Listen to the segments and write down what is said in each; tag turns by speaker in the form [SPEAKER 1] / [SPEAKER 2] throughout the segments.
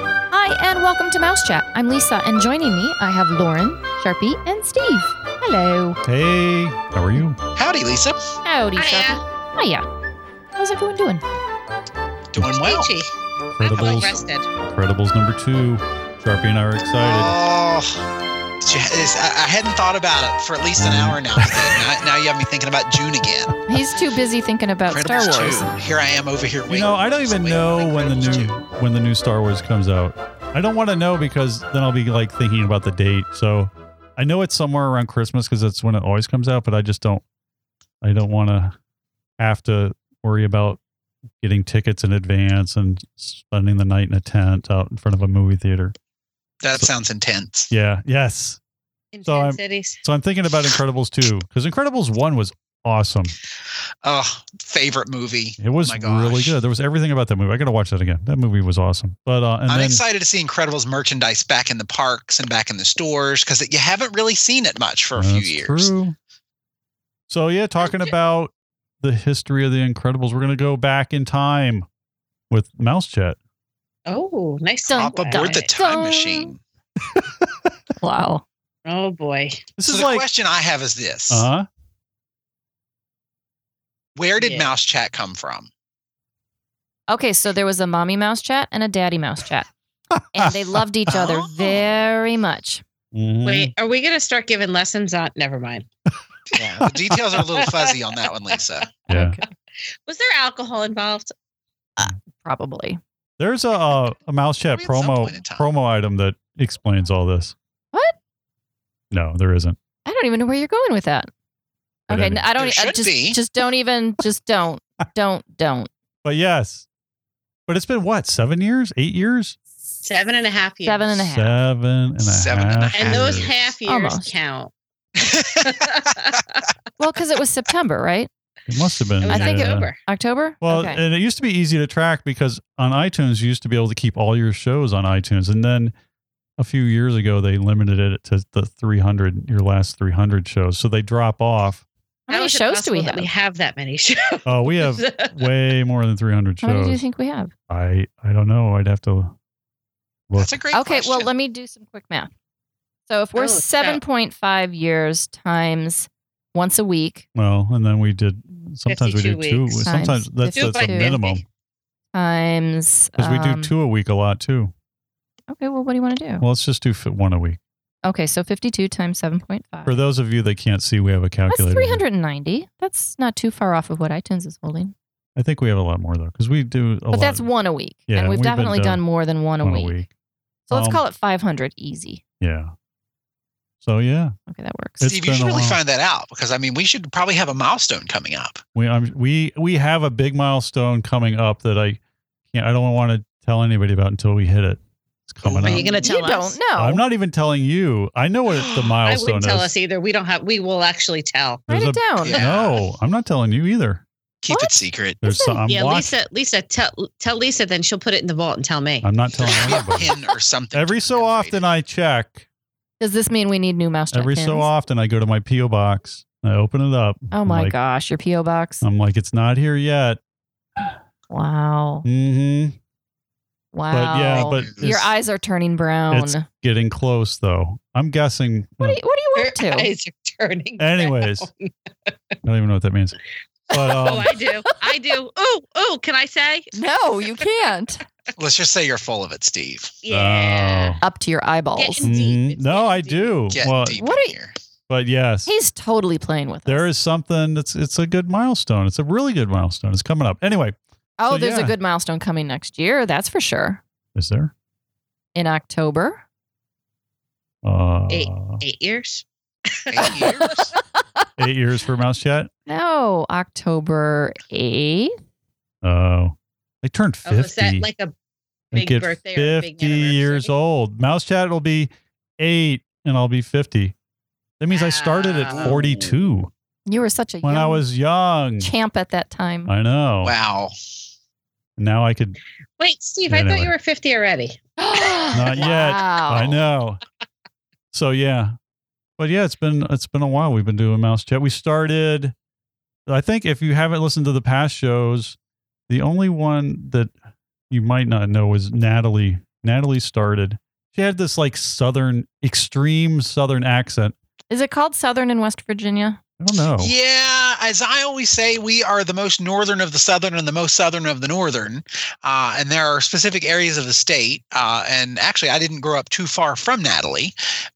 [SPEAKER 1] and welcome to Mouse Chat. I'm Lisa, and joining me, I have Lauren, Sharpie, and Steve. Hello.
[SPEAKER 2] Hey, how are you?
[SPEAKER 3] Howdy, Lisa.
[SPEAKER 1] Howdy,
[SPEAKER 4] Hiya.
[SPEAKER 1] Sharpie. Hiya. How's everyone doing?
[SPEAKER 3] Doing well.
[SPEAKER 4] Peachy. I'm well
[SPEAKER 2] Credibles,
[SPEAKER 4] rested.
[SPEAKER 2] Credibles number two. Sharpie and I are excited.
[SPEAKER 3] Oh, did you, is- I I hadn't thought about it for at least an hour now. now. Now you have me thinking about June again.
[SPEAKER 1] He's too busy thinking about Star
[SPEAKER 3] Incredibles
[SPEAKER 1] Wars.
[SPEAKER 3] 2. Here I am over here.
[SPEAKER 2] you
[SPEAKER 3] waiting.
[SPEAKER 2] know, I don't
[SPEAKER 3] Just
[SPEAKER 2] even
[SPEAKER 3] waiting on
[SPEAKER 2] know when the
[SPEAKER 3] Incredibles
[SPEAKER 2] new when the new Star Wars comes out. I don't want to know because then I'll be like thinking about the date. So I know it's somewhere around Christmas because that's when it always comes out. But I just don't. I don't want to have to worry about getting tickets in advance and spending the night in a tent out in front of a movie theater.
[SPEAKER 3] 2. That sounds intense.
[SPEAKER 2] Yeah. Yes.
[SPEAKER 4] In
[SPEAKER 2] So
[SPEAKER 4] ten
[SPEAKER 2] I'm-
[SPEAKER 4] cities.
[SPEAKER 2] So I'm thinking about Incredibles 2 because Incredibles 1 was awesome.
[SPEAKER 3] Oh, favorite movie.
[SPEAKER 2] It was
[SPEAKER 3] Oh my gosh.
[SPEAKER 2] really good. There was everything about that movie. I got to watch that again. That movie was awesome. But uh, and
[SPEAKER 3] I'm
[SPEAKER 2] then
[SPEAKER 3] excited to see Incredibles merchandise back in the parks and back in the stores because you haven't really seen it much for a few
[SPEAKER 2] That's
[SPEAKER 3] years. Oh,
[SPEAKER 2] True. So yeah, talking about the history of the Incredibles, we're gonna go back in time with Mouse Chat.
[SPEAKER 4] Oh, nice.
[SPEAKER 1] Dun,
[SPEAKER 3] Hop
[SPEAKER 4] segue.
[SPEAKER 3] aboard the time
[SPEAKER 1] Dun.
[SPEAKER 3] machine.
[SPEAKER 1] Wow.
[SPEAKER 4] oh boy.
[SPEAKER 2] This
[SPEAKER 3] So
[SPEAKER 2] is
[SPEAKER 3] the
[SPEAKER 2] like
[SPEAKER 3] question I have is this:
[SPEAKER 2] uh huh.
[SPEAKER 3] Where did
[SPEAKER 4] Yeah.
[SPEAKER 3] Mouse Chat come from?
[SPEAKER 1] Okay, so there was a mommy mouse chat and a daddy mouse chat, and they loved each other
[SPEAKER 3] Oh.
[SPEAKER 1] very much. Mm.
[SPEAKER 2] Mm-hmm.
[SPEAKER 4] Wait, are we gonna start giving lessons on? Never mind.
[SPEAKER 3] Yeah, the details are a little fuzzy on that one, Lisa.
[SPEAKER 2] Yeah.
[SPEAKER 1] Okay,
[SPEAKER 4] Was there alcohol involved?
[SPEAKER 1] probably.
[SPEAKER 2] There's a uh, a Mouse Chat
[SPEAKER 3] At some
[SPEAKER 2] promo
[SPEAKER 3] point in time.
[SPEAKER 2] promo item that explains all this.
[SPEAKER 1] What?
[SPEAKER 2] No, there isn't.
[SPEAKER 1] I don't even know where you're going with that.
[SPEAKER 2] But
[SPEAKER 1] okay,
[SPEAKER 2] anyway.
[SPEAKER 1] n- I don't.
[SPEAKER 3] There
[SPEAKER 1] I
[SPEAKER 3] should
[SPEAKER 1] just,
[SPEAKER 3] be.
[SPEAKER 1] just don't even. Just don't. Don't. Don't.
[SPEAKER 2] But yes. But it's been what, seven years? Eight years?
[SPEAKER 4] Seven and a half years.
[SPEAKER 1] Seven and a half.
[SPEAKER 2] Seven and a
[SPEAKER 3] Seven and a
[SPEAKER 2] half
[SPEAKER 4] And those
[SPEAKER 2] years.
[SPEAKER 4] half years
[SPEAKER 1] Almost.
[SPEAKER 4] count.
[SPEAKER 1] Well, because it was September, right?
[SPEAKER 2] It must have been.
[SPEAKER 4] I
[SPEAKER 1] I think
[SPEAKER 4] think
[SPEAKER 1] it-
[SPEAKER 2] yeah.
[SPEAKER 4] over.
[SPEAKER 1] October.
[SPEAKER 2] Well,
[SPEAKER 1] okay.
[SPEAKER 2] and it used to be easy to track because on iTunes you used to be able to keep all your shows on iTunes, and then a few years ago they limited it to the 300, your last 300 shows. So they drop off.
[SPEAKER 1] How many
[SPEAKER 4] is it
[SPEAKER 1] shows do we
[SPEAKER 4] possible that
[SPEAKER 1] have?
[SPEAKER 4] We have that many shows.
[SPEAKER 2] Oh, we have way more than 300
[SPEAKER 1] How many do you
[SPEAKER 2] shows.
[SPEAKER 1] think we have?
[SPEAKER 2] I I don't know. I'd have to look.
[SPEAKER 3] That's a great
[SPEAKER 1] Okay,
[SPEAKER 3] question.
[SPEAKER 1] well, let me do some quick math. So if we're
[SPEAKER 4] Oh, so-
[SPEAKER 1] 7.5 years times once a week
[SPEAKER 2] well, and then we did. Sometimes we do
[SPEAKER 4] 52
[SPEAKER 2] two.
[SPEAKER 1] weeks.
[SPEAKER 2] Sometimes
[SPEAKER 1] Times
[SPEAKER 2] that's
[SPEAKER 1] fifty-two.
[SPEAKER 2] that's a minimum
[SPEAKER 1] times
[SPEAKER 2] because we do
[SPEAKER 1] um,
[SPEAKER 2] two a week a lot too.
[SPEAKER 1] Okay, well, what do you want to do?
[SPEAKER 2] Well, let's just do fi- one a week.
[SPEAKER 1] Okay, so 52 times 7.5.
[SPEAKER 2] For those of you that can't see, we have a
[SPEAKER 1] That's
[SPEAKER 2] calculator. here.
[SPEAKER 1] 390. That's not too far off of what iTunes is holding.
[SPEAKER 2] I think we have a lot more though, because we do. A
[SPEAKER 1] but
[SPEAKER 2] lot
[SPEAKER 1] that's one a week.
[SPEAKER 2] Yeah,
[SPEAKER 1] and we've,
[SPEAKER 2] we've been
[SPEAKER 1] definitely
[SPEAKER 2] done
[SPEAKER 1] done more than one a,
[SPEAKER 2] one
[SPEAKER 1] week. So let's
[SPEAKER 2] Um,
[SPEAKER 1] call it 500 easy.
[SPEAKER 2] Yeah. So yeah,
[SPEAKER 1] Okay, that works.
[SPEAKER 2] It's
[SPEAKER 3] Steve, you
[SPEAKER 2] been
[SPEAKER 3] should
[SPEAKER 2] a
[SPEAKER 3] really
[SPEAKER 2] while.
[SPEAKER 3] find that out because I mean, we should probably have a milestone coming up.
[SPEAKER 2] we I'm, we we have a big milestone coming up that I can't. I don't want to tell anybody about until we hit it. It's coming
[SPEAKER 3] Are
[SPEAKER 2] up.
[SPEAKER 4] you gonna tell
[SPEAKER 1] you
[SPEAKER 4] us?
[SPEAKER 1] don't know.
[SPEAKER 2] I'm not even telling you. I know what the
[SPEAKER 4] I
[SPEAKER 2] milestone
[SPEAKER 4] wouldn't tell
[SPEAKER 2] is.
[SPEAKER 4] us either. We don't have. We will actually tell.
[SPEAKER 1] Write
[SPEAKER 2] There's
[SPEAKER 1] it down.
[SPEAKER 3] Yeah.
[SPEAKER 2] No, I'm not telling you either.
[SPEAKER 3] Keep
[SPEAKER 1] What?
[SPEAKER 3] it secret.
[SPEAKER 2] There's some. I'm
[SPEAKER 4] yeah,
[SPEAKER 2] watching.
[SPEAKER 4] Lisa. Lisa, tell tell Lisa. Then she'll put it in the vault and tell me.
[SPEAKER 2] I'm not telling
[SPEAKER 3] There's a
[SPEAKER 2] anybody.
[SPEAKER 3] pin or something.
[SPEAKER 2] Every so often, I check.
[SPEAKER 1] Does this mean we need new mouse
[SPEAKER 2] Every
[SPEAKER 1] check-ins?
[SPEAKER 2] so often, I go to my PO box. I open it up.
[SPEAKER 1] Oh
[SPEAKER 2] I'm
[SPEAKER 1] my
[SPEAKER 2] like-
[SPEAKER 1] gosh, your P.O. box.
[SPEAKER 2] I'm like, it's not here yet.
[SPEAKER 1] wow.
[SPEAKER 2] Mm-hmm.
[SPEAKER 1] Wow.
[SPEAKER 2] But yeah,
[SPEAKER 3] Wow.
[SPEAKER 2] but
[SPEAKER 1] your
[SPEAKER 2] it's-
[SPEAKER 1] eyes are turning brown.
[SPEAKER 2] it's- getting close though. I'm guessing.
[SPEAKER 1] What are you, what are you
[SPEAKER 4] Her
[SPEAKER 1] up to?
[SPEAKER 4] eyes are turning.
[SPEAKER 2] Anyways,
[SPEAKER 4] brown.
[SPEAKER 2] I don't even know what that means. But
[SPEAKER 4] oh,
[SPEAKER 2] um,
[SPEAKER 4] I do. I do. Oh, oh, can I say?
[SPEAKER 1] No, you can't.
[SPEAKER 3] Let's just say you're full of it, Steve.
[SPEAKER 2] Oh.
[SPEAKER 4] Yeah.
[SPEAKER 1] up to your eyeballs.
[SPEAKER 4] Getting deep.
[SPEAKER 2] mhm.
[SPEAKER 4] It's
[SPEAKER 2] no,
[SPEAKER 4] getting
[SPEAKER 2] I
[SPEAKER 4] deep.
[SPEAKER 2] do.
[SPEAKER 3] Get
[SPEAKER 2] Well,
[SPEAKER 3] deep
[SPEAKER 1] what
[SPEAKER 3] in
[SPEAKER 1] are you-
[SPEAKER 3] here.
[SPEAKER 2] but yes,
[SPEAKER 1] He's totally playing with
[SPEAKER 2] there
[SPEAKER 1] us.
[SPEAKER 2] is something that's it's a good milestone. It's a really good milestone. It's coming up. Anyway,
[SPEAKER 1] Oh,
[SPEAKER 2] so,
[SPEAKER 1] there's
[SPEAKER 2] yeah.
[SPEAKER 1] a good milestone coming next year. That's for sure.
[SPEAKER 2] is there?
[SPEAKER 1] In October.
[SPEAKER 2] Uh, eight.
[SPEAKER 4] Eight. Eight years.
[SPEAKER 3] Eight years?
[SPEAKER 2] years for Mouse Chat.
[SPEAKER 1] No, October 8th.
[SPEAKER 2] Oh, I turned
[SPEAKER 4] Oh, is that
[SPEAKER 2] fifty.
[SPEAKER 4] like a
[SPEAKER 2] I
[SPEAKER 4] big
[SPEAKER 2] get
[SPEAKER 4] birthday or a big
[SPEAKER 2] fifty years
[SPEAKER 4] anniversary?
[SPEAKER 2] old. Mouse Chat will be eight, and I'll be fifty. That means I started at
[SPEAKER 4] Wow.
[SPEAKER 2] forty-two
[SPEAKER 1] You were such a
[SPEAKER 2] when I
[SPEAKER 1] young
[SPEAKER 2] was young.
[SPEAKER 1] champ at that time.
[SPEAKER 2] I know.
[SPEAKER 3] wow.
[SPEAKER 2] Now I could
[SPEAKER 4] wait, Steve?
[SPEAKER 2] Yeah,
[SPEAKER 4] I thought
[SPEAKER 2] anyway.
[SPEAKER 4] you were fifty already.
[SPEAKER 2] Not yet.
[SPEAKER 1] Wow.
[SPEAKER 3] Oh.
[SPEAKER 2] I know. So yeah, but yeah, it's been it's been a while. We've been doing mouse chat. We started. I think if you haven't listened to the past shows, the only one that you might not know is Natalie Natalie started. She had this like southern, extreme southern accent.
[SPEAKER 1] Is it called Southern in West Virginia?
[SPEAKER 2] I don't know.
[SPEAKER 3] Yeah, as I always say, we are the most northern of the southern and the most southern of the northern. Uh, and there are specific areas of the state. Uh, and actually, I didn't grow up too far from Natalie,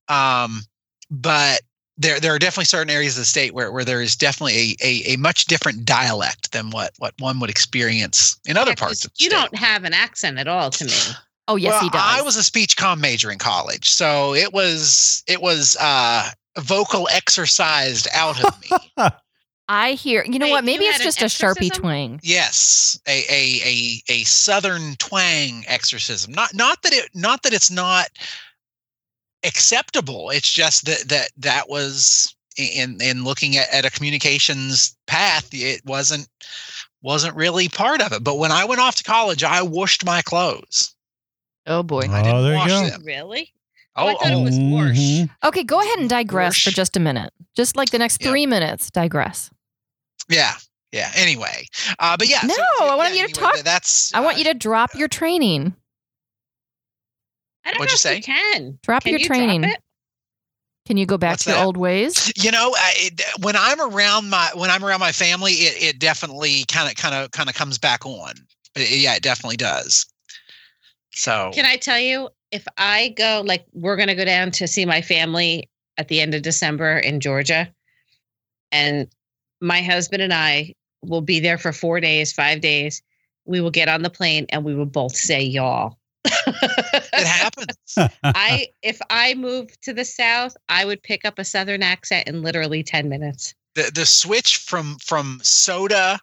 [SPEAKER 3] um, but there there are definitely certain areas of the state where, where there is definitely a, a, a much different dialect than what, what one would experience in other
[SPEAKER 4] Yeah, 'cause
[SPEAKER 3] parts. Of the
[SPEAKER 4] you
[SPEAKER 3] state.
[SPEAKER 4] don't have an accent at all to me.
[SPEAKER 1] Oh, yes,
[SPEAKER 3] well,
[SPEAKER 1] he does.
[SPEAKER 3] I was a speech comm major in college, so it was it was uh, vocal exercised out of me.
[SPEAKER 1] I hear. You know
[SPEAKER 4] Wait,
[SPEAKER 1] what? Maybe
[SPEAKER 4] you
[SPEAKER 1] it's
[SPEAKER 4] had an
[SPEAKER 1] just a sharpie
[SPEAKER 4] exorcism?
[SPEAKER 1] twang.
[SPEAKER 3] Yes, a a a a southern twang exorcism. Not not that it not that it's not acceptable. It's just that that that was in in looking at, at a communications path, it wasn't wasn't really part of it. But when I went off to college, I washed my clothes.
[SPEAKER 1] Oh boy.
[SPEAKER 3] I didn't
[SPEAKER 2] Oh, there you
[SPEAKER 3] wash
[SPEAKER 2] go.
[SPEAKER 3] them.
[SPEAKER 4] Really? Oh, I
[SPEAKER 3] Oh,
[SPEAKER 4] thought it
[SPEAKER 3] oh,
[SPEAKER 4] was worse.
[SPEAKER 2] Mhm.
[SPEAKER 1] Okay, go ahead and digress for
[SPEAKER 3] Whoosh.
[SPEAKER 1] just a minute. Just like the next
[SPEAKER 3] Yeah.
[SPEAKER 1] three minutes, digress.
[SPEAKER 3] yeah, yeah. Anyway, uh, but yeah.
[SPEAKER 1] No, I want you to talk-
[SPEAKER 3] th- That's uh,
[SPEAKER 1] I want you to drop your training.
[SPEAKER 4] I
[SPEAKER 3] What'd
[SPEAKER 4] don't know
[SPEAKER 3] you
[SPEAKER 4] if
[SPEAKER 3] say?
[SPEAKER 4] you can.
[SPEAKER 1] Drop
[SPEAKER 4] Can
[SPEAKER 1] your
[SPEAKER 4] you drop
[SPEAKER 1] training.
[SPEAKER 4] it?
[SPEAKER 1] Can you go back
[SPEAKER 3] What's
[SPEAKER 1] to your
[SPEAKER 3] that?
[SPEAKER 1] old ways?
[SPEAKER 3] you know I, it, when i'm around my when i'm around my family it, it definitely kind of kind of kind of comes back on It- it- yeah it definitely does so
[SPEAKER 4] Can I tell you if I go like we're gonna go down to see my family at the end of December in Georgia, and my husband and I will be there for four days, five days. We will get on the plane and we will both say y'all.
[SPEAKER 3] it happens
[SPEAKER 4] I if I moved to the south, I would pick up a southern accent in literally ten minutes.
[SPEAKER 3] the the switch from from soda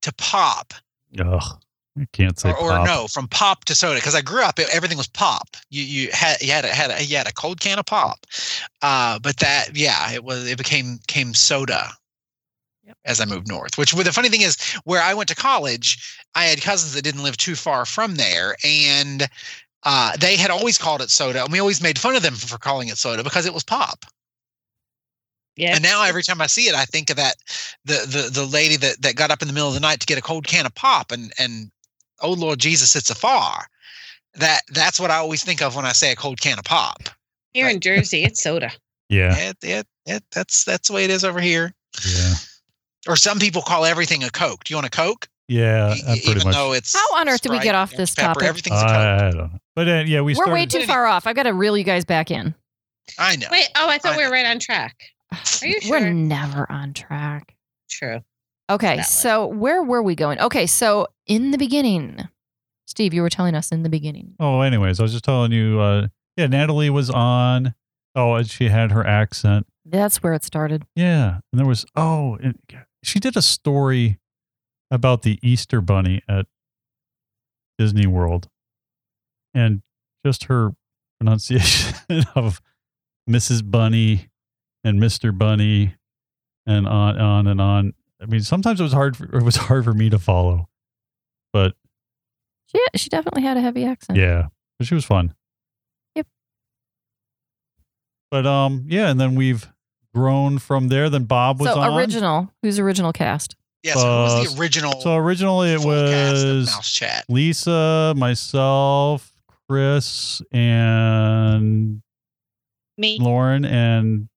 [SPEAKER 3] to pop
[SPEAKER 2] Ugh. I can't say
[SPEAKER 3] or, or
[SPEAKER 2] pop.
[SPEAKER 3] no from pop to soda because i grew up it- everything was pop you you had you had a, had a you had a cold can of pop uh but that yeah it was it became came soda as i moved north which well, the funny thing is where i went to college i had cousins that didn't live too far from there and uh, they had always called it soda, and we always made fun of them for calling it soda because it was pop.
[SPEAKER 4] Yeah.
[SPEAKER 3] And now every time I see it, I think of that the the the lady that that got up in the middle of the night to get a cold can of pop, and and oh Lord Jesus, it's a far. That that's what I always think of when I say a cold can of pop.
[SPEAKER 4] here in Jersey, it's soda.
[SPEAKER 2] Yeah.
[SPEAKER 3] It, it, it, that's that's the way it is over here.
[SPEAKER 2] Yeah.
[SPEAKER 3] Or some people call everything a Coke. Do you want a Coke?
[SPEAKER 2] Yeah.
[SPEAKER 3] E-
[SPEAKER 2] uh, pretty
[SPEAKER 3] Even
[SPEAKER 2] much.
[SPEAKER 3] though it's
[SPEAKER 1] How on earth did we
[SPEAKER 3] Sprite,
[SPEAKER 1] get off
[SPEAKER 3] Dr.
[SPEAKER 1] this
[SPEAKER 3] pepper,
[SPEAKER 1] topic?
[SPEAKER 3] Everything's a Coke.
[SPEAKER 2] I, I don't know. But uh, yeah,
[SPEAKER 1] We
[SPEAKER 2] we
[SPEAKER 1] are
[SPEAKER 2] started.
[SPEAKER 1] way too far off. I've got to reel you guys back in.
[SPEAKER 3] I know.
[SPEAKER 4] Wait, oh, I thought
[SPEAKER 3] I
[SPEAKER 4] we were right on track. Are you
[SPEAKER 1] We're
[SPEAKER 4] sure?
[SPEAKER 1] never on track.
[SPEAKER 4] True.
[SPEAKER 1] Okay,
[SPEAKER 4] That was-
[SPEAKER 1] so where were we going? Okay, so in the beginning, Steve, you were telling us in the beginning.
[SPEAKER 2] Oh, anyways, I was just telling you. Uh, yeah, Natalie was on. Oh, and she had her accent.
[SPEAKER 1] That's where it started.
[SPEAKER 2] Yeah, and there was oh, and she did a story about the Easter Bunny at Disney World, and just her pronunciation of Mrs. Bunny and Mr. Bunny, and on on and on. I mean, sometimes it was hard. For, it was hard for me to follow, but
[SPEAKER 1] She, she definitely had a heavy accent.
[SPEAKER 2] yeah, but she was fun.
[SPEAKER 1] Yep.
[SPEAKER 2] But um, yeah, and then we've grown from there. Then Bob was
[SPEAKER 1] So
[SPEAKER 2] on.
[SPEAKER 1] original, who's original cast?
[SPEAKER 3] Yeah, so who was
[SPEAKER 2] Uh,
[SPEAKER 3] the original
[SPEAKER 2] So originally it
[SPEAKER 3] full cast of
[SPEAKER 2] was
[SPEAKER 3] Mouse Chat?
[SPEAKER 2] Lisa, myself, Chris, and
[SPEAKER 4] Me.
[SPEAKER 2] Lauren and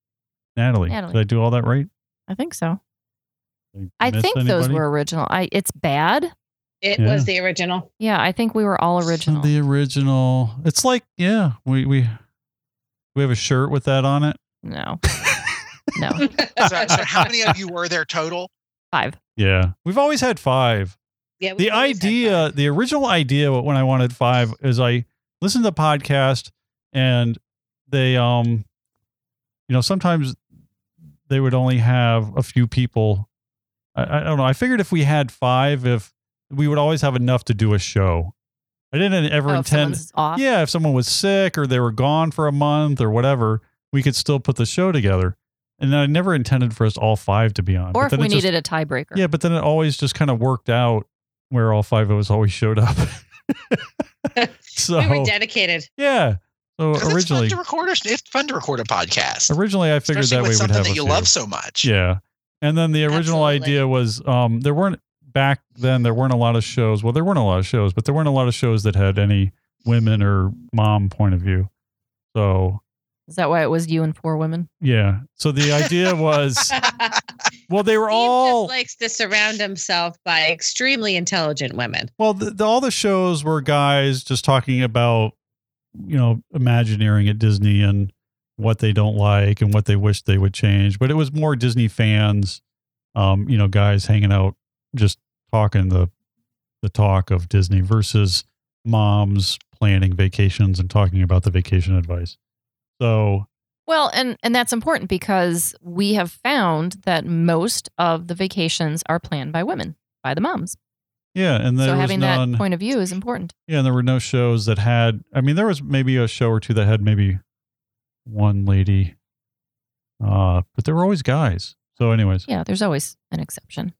[SPEAKER 2] Natalie.
[SPEAKER 1] Natalie.
[SPEAKER 2] Did I do all that right?
[SPEAKER 1] I think so.
[SPEAKER 2] Did
[SPEAKER 1] I
[SPEAKER 2] miss
[SPEAKER 1] think those
[SPEAKER 2] anybody?
[SPEAKER 1] were original. I it's bad.
[SPEAKER 4] It
[SPEAKER 2] Yeah.
[SPEAKER 4] was the original.
[SPEAKER 1] Yeah, I think we were all original.
[SPEAKER 2] The original. It's like yeah, we we we have a shirt with that on it.
[SPEAKER 1] no. no.
[SPEAKER 3] so, so how many of you were there total?
[SPEAKER 1] Five.
[SPEAKER 2] Yeah, we've always had five.
[SPEAKER 4] Yeah, we
[SPEAKER 2] the
[SPEAKER 4] always had
[SPEAKER 2] idea,
[SPEAKER 4] that.
[SPEAKER 2] the original idea when I wanted five is I listened to the podcast and they, um, you know, sometimes they would only have a few people. I, I don't know. I figured if we had five, if we would always have enough to do a show. I didn't e-, ever
[SPEAKER 1] Oh, if
[SPEAKER 2] intend.
[SPEAKER 1] someone's off.
[SPEAKER 2] Yeah, if someone was sick or they were gone for a month or whatever, we could still put the show together. And I never intended for us all five to be on.
[SPEAKER 1] Or
[SPEAKER 2] but
[SPEAKER 1] if
[SPEAKER 2] then
[SPEAKER 1] we
[SPEAKER 2] it just-
[SPEAKER 1] needed a tiebreaker.
[SPEAKER 2] yeah, but then it always just kind of worked out where all five of us always showed up. so
[SPEAKER 4] we were dedicated.
[SPEAKER 2] yeah, so
[SPEAKER 3] 'Cause it's fun
[SPEAKER 2] originally,
[SPEAKER 3] to record. A, it's fun to record a podcast,
[SPEAKER 2] originally I figured
[SPEAKER 3] especially
[SPEAKER 2] that
[SPEAKER 3] with
[SPEAKER 2] we would
[SPEAKER 3] something
[SPEAKER 2] have
[SPEAKER 3] that
[SPEAKER 2] a
[SPEAKER 3] you
[SPEAKER 2] few.
[SPEAKER 3] love so much.
[SPEAKER 2] Yeah, and then the original
[SPEAKER 4] Absolutely.
[SPEAKER 2] idea was um there weren't back then there weren't a lot of shows. Well, there weren't a lot of shows, but there weren't a lot of shows that had any women or mom point of view. So
[SPEAKER 1] Is that why it was you and poor women?
[SPEAKER 2] yeah. So the idea was well they were
[SPEAKER 4] Steve
[SPEAKER 2] all
[SPEAKER 4] just likes to surround himself by extremely intelligent women.
[SPEAKER 2] Well, the, the, all the shows were guys just talking about, you know, Imagineering at Disney and what they don't like and what they wish they would change. But it was more Disney fans, um, you know, guys hanging out, just talking the the talk of Disney versus moms planning vacations and talking about the vacation advice. So
[SPEAKER 1] Well, and and that's important because we have found that most of the vacations are planned by women, by the moms.
[SPEAKER 2] yeah, and there
[SPEAKER 1] so
[SPEAKER 2] was
[SPEAKER 1] having
[SPEAKER 2] none.
[SPEAKER 1] that point of view is important.
[SPEAKER 2] Yeah, and there were no shows that had. I mean, there was maybe a show or two that had maybe one lady, uh, but there were always guys. So, anyways,
[SPEAKER 1] Yeah, there's always an exception.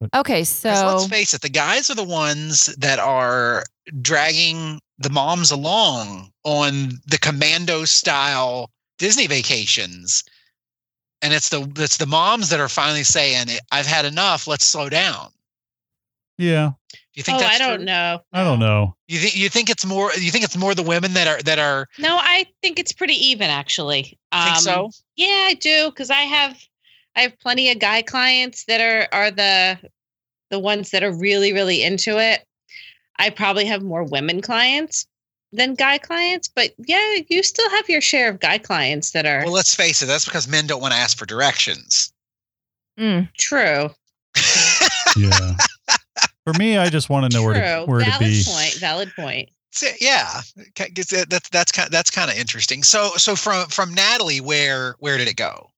[SPEAKER 2] But-
[SPEAKER 1] Okay,
[SPEAKER 3] 'Cause
[SPEAKER 1] so
[SPEAKER 3] let's face it, the guys are the ones that are dragging the moms along on the commando style Disney vacations. And it's the it's the moms that are finally saying, I've had enough, let's slow down.
[SPEAKER 2] yeah,
[SPEAKER 3] You think
[SPEAKER 4] Oh, I
[SPEAKER 3] that's
[SPEAKER 4] don't
[SPEAKER 3] true?
[SPEAKER 4] know.
[SPEAKER 2] I don't know.
[SPEAKER 3] You think you think it's more you think it's more the women that are that are
[SPEAKER 4] No, I think it's pretty even actually. Um,
[SPEAKER 3] think so?
[SPEAKER 4] Yeah, I do because I have I have plenty of guy clients that are are the the ones that are really really into it. I probably have more women clients than guy clients, but yeah, you still have your share of guy clients that are
[SPEAKER 3] Well, let's face it, that's because men don't want to ask for directions.
[SPEAKER 1] Mm,
[SPEAKER 4] true.
[SPEAKER 2] Yeah, for me, I just want to know
[SPEAKER 4] true.
[SPEAKER 2] where to where to
[SPEAKER 4] valid
[SPEAKER 2] be.
[SPEAKER 4] point. Valid point.
[SPEAKER 3] So, yeah, ca- 'cause that- that's that's kind that's kind of interesting. So so from from Natalie, where where did it go?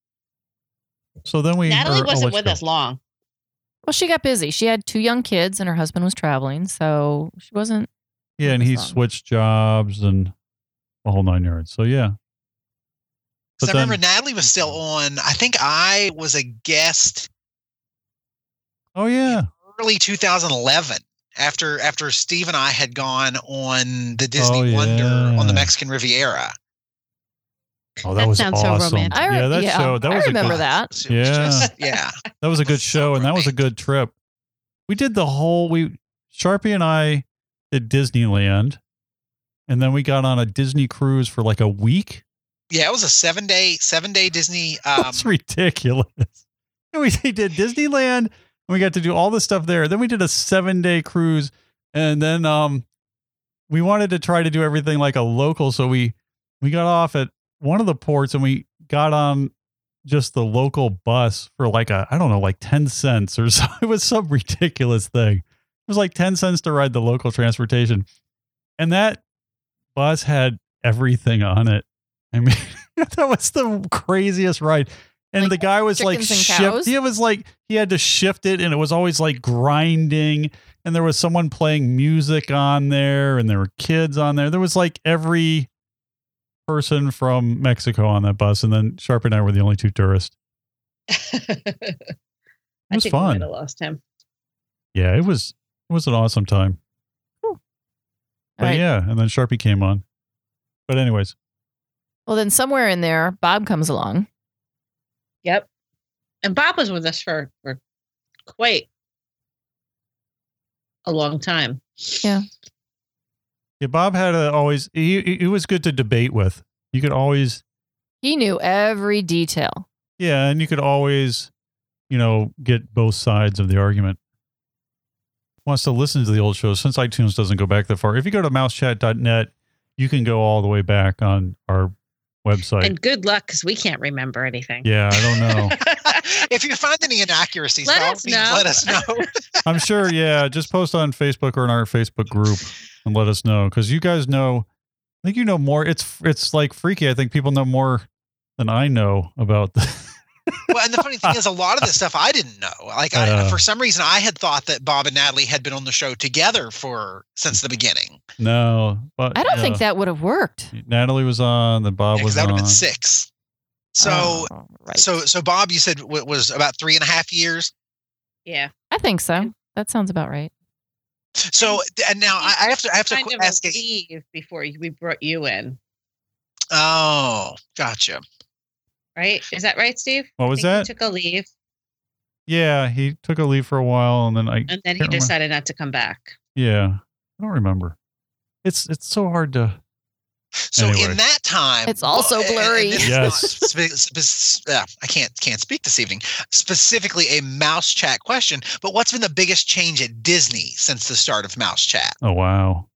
[SPEAKER 2] So then we
[SPEAKER 4] Natalie
[SPEAKER 2] or I'll let
[SPEAKER 4] wasn't
[SPEAKER 2] you
[SPEAKER 4] with
[SPEAKER 2] Oh, go.
[SPEAKER 4] us long.
[SPEAKER 1] well, she got busy. She had two young kids, and her husband was traveling, so she wasn't.
[SPEAKER 2] Yeah, and he
[SPEAKER 1] Song.
[SPEAKER 2] switched jobs and the whole nine yards. So yeah, But
[SPEAKER 3] Because I remember
[SPEAKER 2] then- Mm-hmm.
[SPEAKER 3] Natalie was still on. I think I was a guest
[SPEAKER 2] oh yeah,
[SPEAKER 3] early 2011 after after Steve and I had gone on the Disney
[SPEAKER 2] Oh,
[SPEAKER 3] Wonder on
[SPEAKER 2] yeah.
[SPEAKER 3] the Mexican Riviera.
[SPEAKER 2] oh that,
[SPEAKER 4] That
[SPEAKER 2] was
[SPEAKER 4] sounds so
[SPEAKER 2] awesome.
[SPEAKER 4] romantic.
[SPEAKER 1] I re-
[SPEAKER 2] yeah, that
[SPEAKER 1] yeah,
[SPEAKER 2] show that
[SPEAKER 1] I
[SPEAKER 2] was a
[SPEAKER 1] remember
[SPEAKER 2] good,
[SPEAKER 1] that.
[SPEAKER 3] It was just- yeah.
[SPEAKER 2] That was a good
[SPEAKER 3] So
[SPEAKER 2] show, and that was a
[SPEAKER 3] romantic.
[SPEAKER 2] good trip. We did the whole we Sharpie and I did Disneyland, and then we got on a Disney cruise for like a week.
[SPEAKER 3] Yeah, it was a seven day seven day Disney. Um,
[SPEAKER 2] That's ridiculous. And we did Disneyland, and we got to do all the stuff there. Then we did a seven day cruise, and then um, we wanted to try to do everything like a local. So we we got off at one of the ports, and we got on just the local bus for like a I don't know, like ten cents or so. It was some ridiculous thing. It was like ten cents to ride the local transportation, and that bus had everything on it. I mean, that was the craziest ride. And
[SPEAKER 1] Like
[SPEAKER 2] the guy was like
[SPEAKER 1] chickens and
[SPEAKER 2] shift.
[SPEAKER 1] cows?
[SPEAKER 2] He was like he had to shift it, and it was always like grinding. And there was someone playing music on there, and there were kids on there. There was like every person from Mexico on that bus, and then Sharp and I were the only two tourists. It
[SPEAKER 4] I
[SPEAKER 2] was
[SPEAKER 4] think we might
[SPEAKER 2] fun.
[SPEAKER 4] have lost him.
[SPEAKER 2] Yeah, it was it was an awesome time.
[SPEAKER 1] All
[SPEAKER 2] But
[SPEAKER 1] right.
[SPEAKER 2] yeah, and then Sharpie came on. But anyways,
[SPEAKER 1] Well, then somewhere in there, Bob comes along.
[SPEAKER 4] Yep. And Bob was with us for, for quite a long time.
[SPEAKER 2] yeah, Bob had a, always he, he he was good to debate with. You could always
[SPEAKER 1] He knew every detail.
[SPEAKER 2] yeah, and you could always you know get both sides of the argument. Wants to listen to the old shows since iTunes doesn't go back that far. If you go to mousechat.net, you can go all the way back on our website.
[SPEAKER 4] And good luck because we can't remember anything.
[SPEAKER 2] yeah, I don't know.
[SPEAKER 3] if you find any inaccuracies,
[SPEAKER 4] Let
[SPEAKER 3] by all
[SPEAKER 4] us
[SPEAKER 3] means,
[SPEAKER 4] know.
[SPEAKER 3] let us know.
[SPEAKER 2] I'm sure. Yeah, just post on Facebook or in our Facebook group and let us know because you guys know. I think you know more. It's it's like freaky. I think people know more than I know about. The,
[SPEAKER 3] well, and the funny thing is, a lot of the stuff I didn't know. Like, I,
[SPEAKER 2] Uh.
[SPEAKER 3] for some reason, I had thought that Bob and Natalie had been on the show together for since the beginning.
[SPEAKER 2] no, but
[SPEAKER 1] I don't
[SPEAKER 2] yeah.
[SPEAKER 1] think that would have worked.
[SPEAKER 2] Natalie was on. Then Bob
[SPEAKER 3] Because
[SPEAKER 2] was
[SPEAKER 3] that would
[SPEAKER 2] on.
[SPEAKER 3] have been six. So,
[SPEAKER 1] Oh, right.
[SPEAKER 3] so, so Bob, you said w- was about three and a half years.
[SPEAKER 4] Yeah.
[SPEAKER 1] I think so. That sounds about right.
[SPEAKER 3] So, and now I, I have to, I have to
[SPEAKER 4] Kind
[SPEAKER 3] qu-
[SPEAKER 4] of
[SPEAKER 3] ask.
[SPEAKER 4] a
[SPEAKER 3] a-
[SPEAKER 4] leave before you- we brought you in,
[SPEAKER 3] Oh, gotcha.
[SPEAKER 4] right? Is that right, Steve?
[SPEAKER 2] What
[SPEAKER 4] I
[SPEAKER 2] was
[SPEAKER 4] think
[SPEAKER 2] that?
[SPEAKER 4] He took a leave
[SPEAKER 2] yeah, he took a leave for a while, and then I.
[SPEAKER 4] and then he
[SPEAKER 2] Can't remember.
[SPEAKER 4] decided not to come back.
[SPEAKER 2] Yeah, I don't remember. It's it's so hard to.
[SPEAKER 3] So
[SPEAKER 2] Anyway.
[SPEAKER 3] in that time,
[SPEAKER 1] It's also
[SPEAKER 3] and- and
[SPEAKER 1] blurry.
[SPEAKER 3] this is
[SPEAKER 2] Yes.
[SPEAKER 3] not spe- spe- uh, I can't can't speak this evening. Specifically, a mouse chat question. But what's been the biggest change at Disney since the start of mouse chat?
[SPEAKER 2] Oh wow.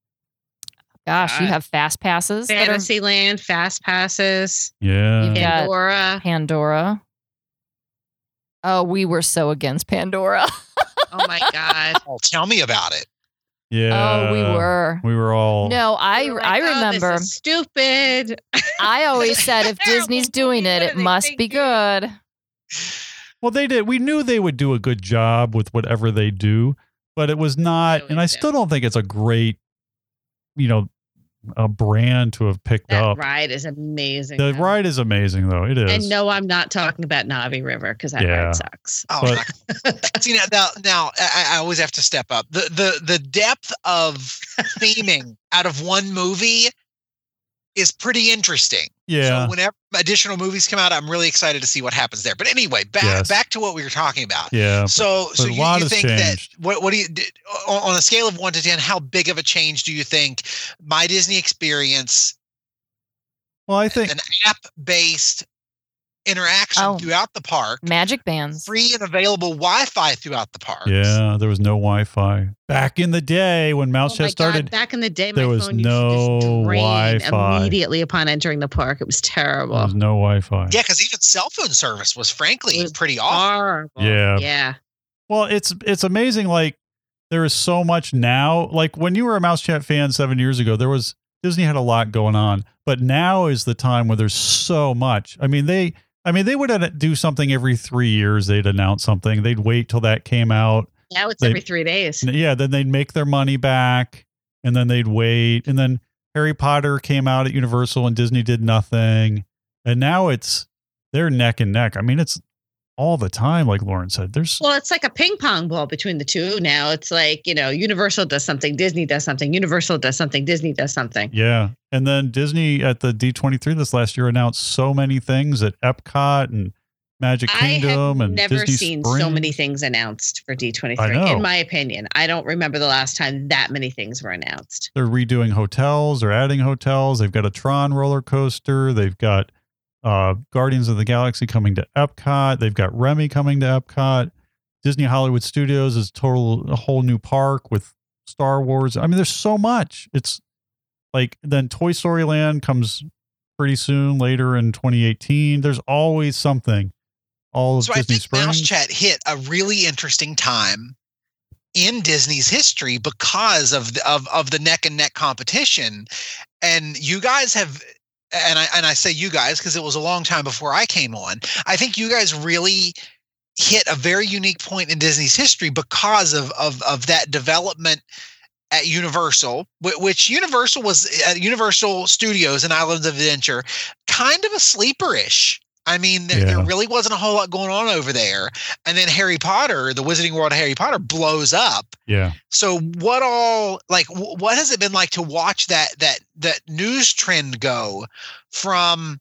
[SPEAKER 1] Gosh, you
[SPEAKER 4] God.
[SPEAKER 1] have fast passes. that are-
[SPEAKER 4] Fantasyland, Fast Passes,
[SPEAKER 2] Yeah.
[SPEAKER 1] You've got- Yeah.
[SPEAKER 4] Pandora.
[SPEAKER 1] Pandora. Oh, we were so against Pandora.
[SPEAKER 4] Oh my God.
[SPEAKER 3] Oh, tell me about it.
[SPEAKER 2] yeah.
[SPEAKER 1] oh, we were.
[SPEAKER 2] We were all.
[SPEAKER 1] No, I
[SPEAKER 4] We were
[SPEAKER 1] I
[SPEAKER 4] like, "Oh, this
[SPEAKER 1] remember.
[SPEAKER 4] is stupid.
[SPEAKER 1] I always said if
[SPEAKER 4] terrible
[SPEAKER 1] Disney's
[SPEAKER 4] movie.
[SPEAKER 1] doing
[SPEAKER 4] What
[SPEAKER 1] it,
[SPEAKER 4] are
[SPEAKER 1] it
[SPEAKER 4] they
[SPEAKER 1] must be
[SPEAKER 4] thinking?"
[SPEAKER 1] good.
[SPEAKER 2] Well, they did. We knew they would do a good job with whatever they do, but it was not.
[SPEAKER 4] Really
[SPEAKER 2] and I
[SPEAKER 4] do.
[SPEAKER 2] still don't think it's a great, you know, a brand to have picked
[SPEAKER 4] That
[SPEAKER 2] up.
[SPEAKER 4] ride is amazing.
[SPEAKER 2] Oh. The
[SPEAKER 4] though.
[SPEAKER 2] ride is amazing, though. It is.
[SPEAKER 4] And no, I'm not talking about Navi River because that
[SPEAKER 2] Yeah.
[SPEAKER 4] ride sucks.
[SPEAKER 3] Oh,
[SPEAKER 2] But-
[SPEAKER 3] my- see now, now, now I, I always have to step up. The the the depth of theming out of one movie is pretty interesting.
[SPEAKER 2] yeah.
[SPEAKER 3] So whenever additional movies come out, I'm really excited to see what happens there. But anyway, back
[SPEAKER 2] Yes.
[SPEAKER 3] back to what we were talking about.
[SPEAKER 2] yeah.
[SPEAKER 3] So, so
[SPEAKER 2] a
[SPEAKER 3] you,
[SPEAKER 2] lot
[SPEAKER 3] you
[SPEAKER 2] has
[SPEAKER 3] think
[SPEAKER 2] changed.
[SPEAKER 3] that what what do you d- on on a scale of one to ten? How big of a change do you think my Disney experience,
[SPEAKER 2] Well, I think.
[SPEAKER 3] an app based interaction
[SPEAKER 1] Oh.
[SPEAKER 3] throughout the park,
[SPEAKER 1] Magic bands.
[SPEAKER 3] free and available Wi-Fi throughout the park?
[SPEAKER 2] Yeah. There was no Wi Fi back in the day when
[SPEAKER 4] Oh
[SPEAKER 2] Mouse
[SPEAKER 4] my
[SPEAKER 2] Chat started.
[SPEAKER 4] God, back in the day, my
[SPEAKER 2] there was
[SPEAKER 4] phone used to just
[SPEAKER 2] no
[SPEAKER 4] drain
[SPEAKER 2] Wi-Fi.
[SPEAKER 4] immediately upon entering the park. It was terrible.
[SPEAKER 2] There was no Wi Fi.
[SPEAKER 3] yeah, because even cell phone service was frankly
[SPEAKER 4] It was
[SPEAKER 3] pretty awful.
[SPEAKER 4] Horrible.
[SPEAKER 2] Yeah.
[SPEAKER 4] Yeah.
[SPEAKER 2] Well, it's it's amazing. Like there is so much now. Like when you were a Mouse Chat fan seven years ago, there was Disney had a lot going on, but now is the time where there's so much. I mean, they I mean they would do something every three years. They'd announce something. They'd wait till that came out.
[SPEAKER 4] Now it's
[SPEAKER 2] They-
[SPEAKER 4] every three days.
[SPEAKER 2] And yeah, then they'd make their money back, and then they'd wait, and then Harry Potter came out at Universal, and Disney did nothing, and now it's they're neck and neck. I mean, it's all the time. Like Lauren said, there's
[SPEAKER 4] Well, it's like a ping pong ball between the two now. It's like, you know, Universal does something, Disney does something, Universal does something, Disney does something.
[SPEAKER 2] Yeah. And then Disney at the D23 this last year announced so many things at Epcot and Magic
[SPEAKER 4] I have
[SPEAKER 2] Kingdom and
[SPEAKER 4] never
[SPEAKER 2] Disney
[SPEAKER 4] seen
[SPEAKER 2] Springs.
[SPEAKER 4] so many things announced for
[SPEAKER 2] I know.
[SPEAKER 4] D23, in my opinion. I don't remember the last time that many things were announced.
[SPEAKER 2] They're redoing hotels, they're adding hotels. They've got a Tron roller coaster, they've got uh, Guardians of the Galaxy coming to Epcot, they've got Remy coming to Epcot. Disney Hollywood Studios is total a whole new park with Star Wars. I mean, there's so much. It's like then Toy Story Land comes pretty soon later in 2018. There's always something. All of
[SPEAKER 3] So I
[SPEAKER 2] Disney
[SPEAKER 3] think Mouse
[SPEAKER 2] Springs.
[SPEAKER 3] Chat hit a really interesting time in Disney's history because of the, of of the neck and neck competition, and you guys have. And I and I say you guys because it was a long time before I came on. I think you guys really hit a very unique point in Disney's history because of of of that development at Universal, whi- which Universal was at Universal Studios and Islands of Adventure, kind of a sleeperish. I mean, there, there
[SPEAKER 2] Yeah.
[SPEAKER 3] really wasn't a whole lot going on over there. And then Harry Potter, the Wizarding World of Harry Potter, blows up.
[SPEAKER 2] Yeah.
[SPEAKER 3] So what all like wh- what has it been like to watch that that that news trend go from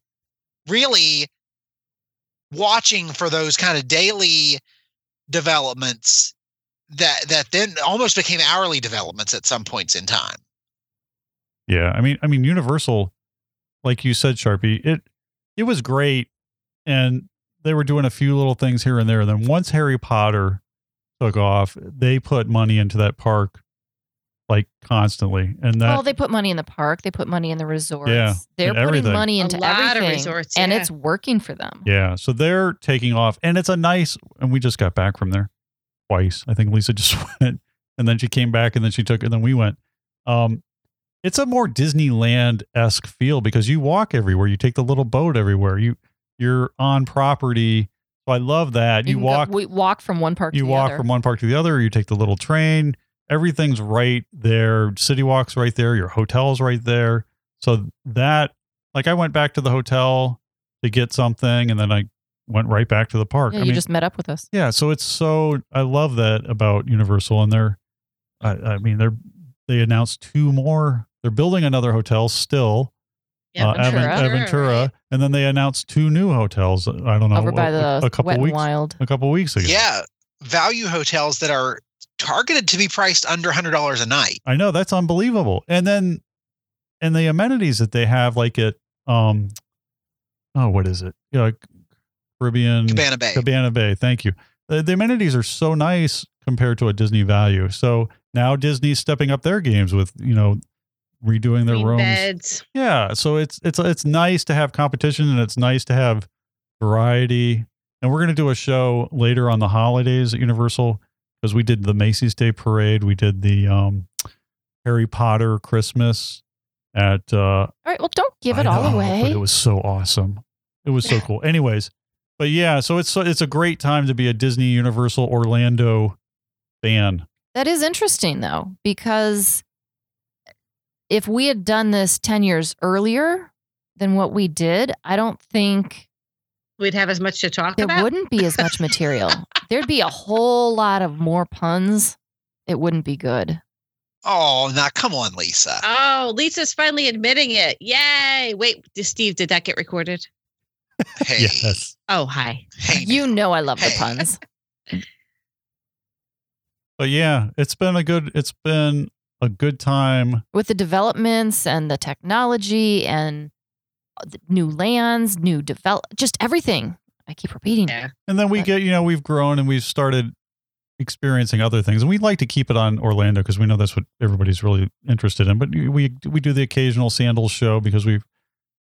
[SPEAKER 3] really watching for those kind of daily developments that that then almost became hourly developments at some points in time.
[SPEAKER 2] Yeah, I mean, I mean, Universal, like you said, Sharpie, it it was great, and they were doing a few little things here and there. And then once Harry Potter took off, they put money into that park like constantly, and that
[SPEAKER 1] well, they put money in the park. They put money in the resorts.
[SPEAKER 2] Yeah,
[SPEAKER 1] They're
[SPEAKER 2] and
[SPEAKER 1] putting
[SPEAKER 2] everything.
[SPEAKER 1] money
[SPEAKER 4] A
[SPEAKER 1] into
[SPEAKER 4] lot of
[SPEAKER 1] everything,
[SPEAKER 4] resorts,
[SPEAKER 1] and
[SPEAKER 4] yeah.
[SPEAKER 1] it's working for them.
[SPEAKER 2] yeah, so they're taking off, and it's a nice. And we just got back from there twice. I think Lisa just went, and then she came back, and then she took, and then we went. Um, it's a more Disneyland esque feel because you walk everywhere, you take the little boat everywhere, you you're on property. So I love that you,
[SPEAKER 1] can go-
[SPEAKER 2] walk
[SPEAKER 1] we walk from one park.
[SPEAKER 2] you
[SPEAKER 1] to the
[SPEAKER 2] walk
[SPEAKER 1] other.
[SPEAKER 2] from one park to the other, you take the little train. Everything's right there. City walks right there. Your hotel's right there. So that, like, I went back to the hotel to get something, and then I went right back to the park.
[SPEAKER 1] Yeah,
[SPEAKER 2] I
[SPEAKER 1] you
[SPEAKER 2] mean,
[SPEAKER 1] just met up with us.
[SPEAKER 2] yeah. So it's so I love that about Universal, and they're, I, I mean, they're they announced two more. They're building another hotel still,
[SPEAKER 4] Yeah,
[SPEAKER 2] uh, Aven-
[SPEAKER 1] Aventura.
[SPEAKER 2] Aventura, and then they announced two new hotels. I don't know
[SPEAKER 1] Over by
[SPEAKER 2] a-
[SPEAKER 1] the
[SPEAKER 2] oh, a, couple
[SPEAKER 1] Wet and
[SPEAKER 2] weeks
[SPEAKER 1] Wild.
[SPEAKER 2] a couple weeks ago.
[SPEAKER 3] Yeah, value hotels that are targeted to be priced under $100 a night.
[SPEAKER 2] I know that's unbelievable. And then and the amenities that they have, like at um, oh, what is it? Yeah, Caribbean
[SPEAKER 3] Cabana Bay.
[SPEAKER 2] Cabana Bay. Thank you. The, the amenities are so nice compared to a Disney value. So now Disney's stepping up their games with you know redoing their
[SPEAKER 4] Queen
[SPEAKER 2] rooms.
[SPEAKER 4] beds.
[SPEAKER 2] Yeah, so it's it's it's nice to have competition and it's nice to have variety. And we're gonna do a show later on the holidays at Universal because we did the Macy's Day Parade, we did the um, Harry Potter Christmas at uh,
[SPEAKER 1] All right. Well, don't give
[SPEAKER 2] I
[SPEAKER 1] it all
[SPEAKER 2] know, But
[SPEAKER 1] away.
[SPEAKER 2] it was so awesome. It was so cool. Anyways, but yeah, so it's so it's a great time to be a Disney Universal Orlando fan.
[SPEAKER 1] that is interesting, though, because if we had done this 10 years earlier than what we did, I don't think
[SPEAKER 4] We'd have as much to talk
[SPEAKER 1] there
[SPEAKER 4] about.
[SPEAKER 1] wouldn't be as much material. There'd be a whole lot of more puns. It wouldn't be good.
[SPEAKER 3] Oh, now come on, Lisa.
[SPEAKER 4] Oh, Lisa's finally admitting it. Yay. Wait, d- Steve, did that get recorded?
[SPEAKER 3] Hey,
[SPEAKER 2] Yes.
[SPEAKER 4] Oh, hi.
[SPEAKER 3] hey,
[SPEAKER 1] You know I love the
[SPEAKER 3] Hey.
[SPEAKER 1] puns.
[SPEAKER 2] But yeah, it's been a good it's been a good time.
[SPEAKER 1] With the developments and the technology and the new lands, new develop, just everything. I keep repeating it.
[SPEAKER 4] Yeah.
[SPEAKER 2] And then we
[SPEAKER 1] But-
[SPEAKER 2] get, you know, we've grown and we've started experiencing other things. And we like to keep it on Orlando because we know that's what everybody's really interested in. But we we do the occasional sandals show because we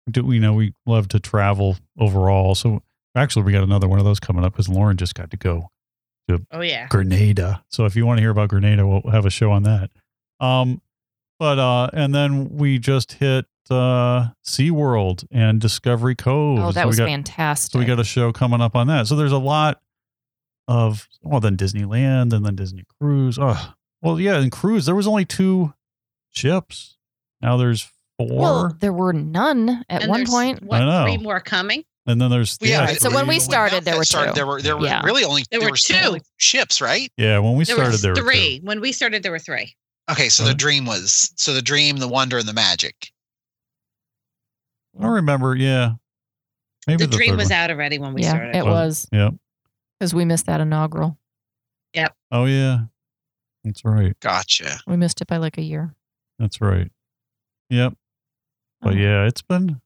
[SPEAKER 2] do we know we love to travel overall. So actually we got another one of those coming up because Lauren just got to go
[SPEAKER 4] Oh, yeah.
[SPEAKER 2] Grenada. So if you want to hear about Grenada, we'll have a show on that. Um but uh and then we just hit uh SeaWorld and Discovery Cove.
[SPEAKER 1] Oh, that
[SPEAKER 2] So we
[SPEAKER 1] was
[SPEAKER 2] got-
[SPEAKER 1] fantastic.
[SPEAKER 2] so we got a show coming up on that. So there's a lot of well, then Disneyland and then Disney Cruise. Oh, well, yeah, and Cruise. There was only two ships. Now there's four,
[SPEAKER 1] well, there were none at
[SPEAKER 4] And
[SPEAKER 1] one
[SPEAKER 4] there's,
[SPEAKER 1] point.
[SPEAKER 4] What,
[SPEAKER 2] I know.
[SPEAKER 4] three more coming?
[SPEAKER 2] and then there's
[SPEAKER 3] Well, yeah,
[SPEAKER 2] yeah.
[SPEAKER 1] Right, so
[SPEAKER 3] but
[SPEAKER 1] when we
[SPEAKER 3] Mount
[SPEAKER 1] started, there
[SPEAKER 3] Fest
[SPEAKER 1] were
[SPEAKER 3] started,
[SPEAKER 1] two.
[SPEAKER 3] There were there were
[SPEAKER 1] Yeah.
[SPEAKER 3] really only
[SPEAKER 4] There were
[SPEAKER 3] still
[SPEAKER 4] two.
[SPEAKER 3] only ships, right?
[SPEAKER 2] yeah, when we started, there
[SPEAKER 4] were
[SPEAKER 2] were two.
[SPEAKER 4] three. When we started, there were three.
[SPEAKER 3] Okay, so
[SPEAKER 1] Uh-huh.
[SPEAKER 3] the
[SPEAKER 2] Right.
[SPEAKER 3] dream was so the dream, the wonder, and the magic.
[SPEAKER 2] I remember, yeah. Maybe
[SPEAKER 4] The,
[SPEAKER 2] the,
[SPEAKER 4] dream
[SPEAKER 2] third
[SPEAKER 4] was
[SPEAKER 2] one.
[SPEAKER 4] out already when we
[SPEAKER 1] yeah,
[SPEAKER 4] started.
[SPEAKER 1] it was.
[SPEAKER 2] Yeah.
[SPEAKER 1] Because we missed that inaugural.
[SPEAKER 2] Oh yeah, that's right.
[SPEAKER 3] Gotcha.
[SPEAKER 1] We missed it by like a year.
[SPEAKER 2] That's right. Yep. But yeah, it's been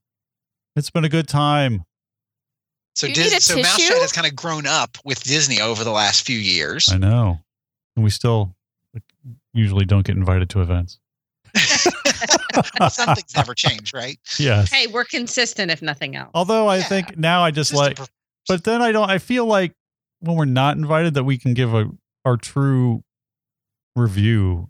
[SPEAKER 2] it's been a good time.
[SPEAKER 3] So
[SPEAKER 1] You need a
[SPEAKER 3] Disney, so Mouse
[SPEAKER 1] tissue?
[SPEAKER 3] Chat has kind of grown up with Disney over the last few years.
[SPEAKER 2] I know, and we still like, usually don't get invited to events.
[SPEAKER 3] Something's never changed, right?
[SPEAKER 2] Yes.
[SPEAKER 4] Hey, we're consistent, if nothing else.
[SPEAKER 2] Although I
[SPEAKER 3] Yeah.
[SPEAKER 2] think now I just
[SPEAKER 3] Just a
[SPEAKER 2] like,
[SPEAKER 3] per-
[SPEAKER 2] but then I don't. I feel like when we're not invited, that we can give a our true review.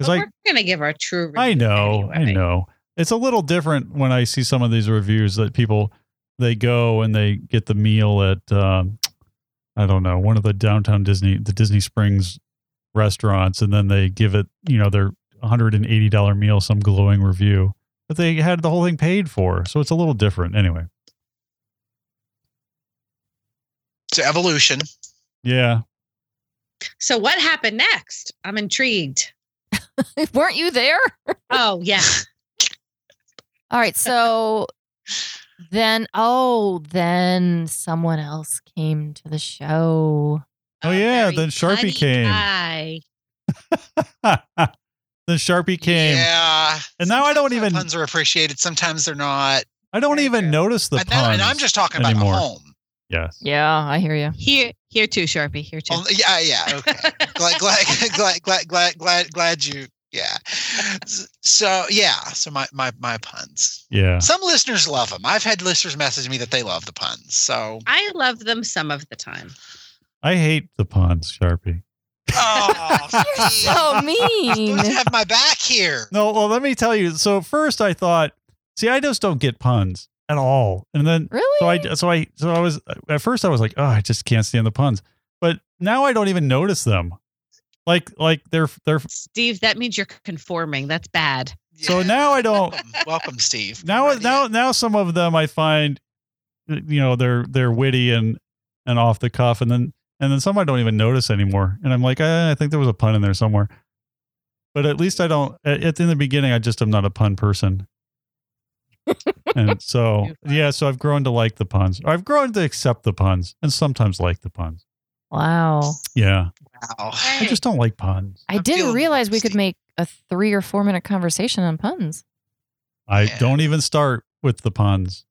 [SPEAKER 4] But
[SPEAKER 2] Because I,
[SPEAKER 4] we're going to give our true review
[SPEAKER 2] I know,
[SPEAKER 4] anyway.
[SPEAKER 2] I know, it's a little different when I see some of these reviews that people they go and they get the meal at, um, I don't know, one of the downtown Disney, the Disney Springs restaurants, and then they give it, you know, their hundred and eighty dollar meal some glowing review, but they had the whole thing paid for, so it's a little different anyway.
[SPEAKER 3] so evolution.
[SPEAKER 2] Yeah.
[SPEAKER 4] So what happened next? I'm intrigued.
[SPEAKER 1] Weren't you there?
[SPEAKER 4] Oh, yeah.
[SPEAKER 1] All right. So then, oh, then someone else came to the show.
[SPEAKER 2] Oh,
[SPEAKER 4] A
[SPEAKER 2] yeah,
[SPEAKER 4] very
[SPEAKER 2] then Sharpie
[SPEAKER 4] funny
[SPEAKER 2] came.
[SPEAKER 4] guy.
[SPEAKER 2] then Sharpie came,
[SPEAKER 3] Yeah.
[SPEAKER 2] and now I don't
[SPEAKER 3] Sometimes
[SPEAKER 2] even
[SPEAKER 3] the puns are appreciated. Sometimes they're not.
[SPEAKER 2] I don't
[SPEAKER 4] Very
[SPEAKER 2] even
[SPEAKER 4] true.
[SPEAKER 2] notice the
[SPEAKER 3] and, now-
[SPEAKER 2] puns.
[SPEAKER 3] and I'm just talking about
[SPEAKER 2] anymore.
[SPEAKER 3] home.
[SPEAKER 2] yes,
[SPEAKER 1] Yeah, I hear you.
[SPEAKER 4] Here, here too, Sharpie. Here too.
[SPEAKER 3] Only- yeah, yeah. Okay. glad, glad, glad, glad, glad, glad, glad you. Yeah. So yeah. So my my my puns.
[SPEAKER 2] yeah.
[SPEAKER 3] Some listeners love them. I've had listeners message me that they love the puns. So
[SPEAKER 4] I love them some of the time.
[SPEAKER 2] I hate the puns, Sharpie.
[SPEAKER 3] oh,
[SPEAKER 1] You're so mean.
[SPEAKER 3] supposed to have my back here.
[SPEAKER 2] No, well, let me tell you. So first, I thought, see, I just don't get puns at all, and then
[SPEAKER 1] Really?
[SPEAKER 2] so I so I so I was at first I was like, oh, I just can't stand the puns, but now I don't even notice them. Like like they're they're
[SPEAKER 4] Steve, that means you're conforming. That's bad.
[SPEAKER 2] so now I don't
[SPEAKER 3] Welcome, welcome, Steve.
[SPEAKER 2] now
[SPEAKER 3] Right
[SPEAKER 2] now
[SPEAKER 3] in.
[SPEAKER 2] now some of them I find you know they're they're witty and and off the cuff and then and then some I don't even notice anymore and I'm like eh, I think there was a pun in there somewhere but at least I don't at, at- in the beginning I just am not a pun person and so yeah so I've grown to like the puns I've grown to accept the puns and sometimes like the puns
[SPEAKER 1] wow.
[SPEAKER 2] yeah
[SPEAKER 3] Wow.
[SPEAKER 2] I just don't like puns
[SPEAKER 1] I
[SPEAKER 3] I'm
[SPEAKER 1] didn't
[SPEAKER 3] feeling
[SPEAKER 1] realize we could
[SPEAKER 3] rusty.
[SPEAKER 1] make a three or four minute conversation on puns.
[SPEAKER 2] I
[SPEAKER 3] Yeah.
[SPEAKER 2] don't even start with the puns.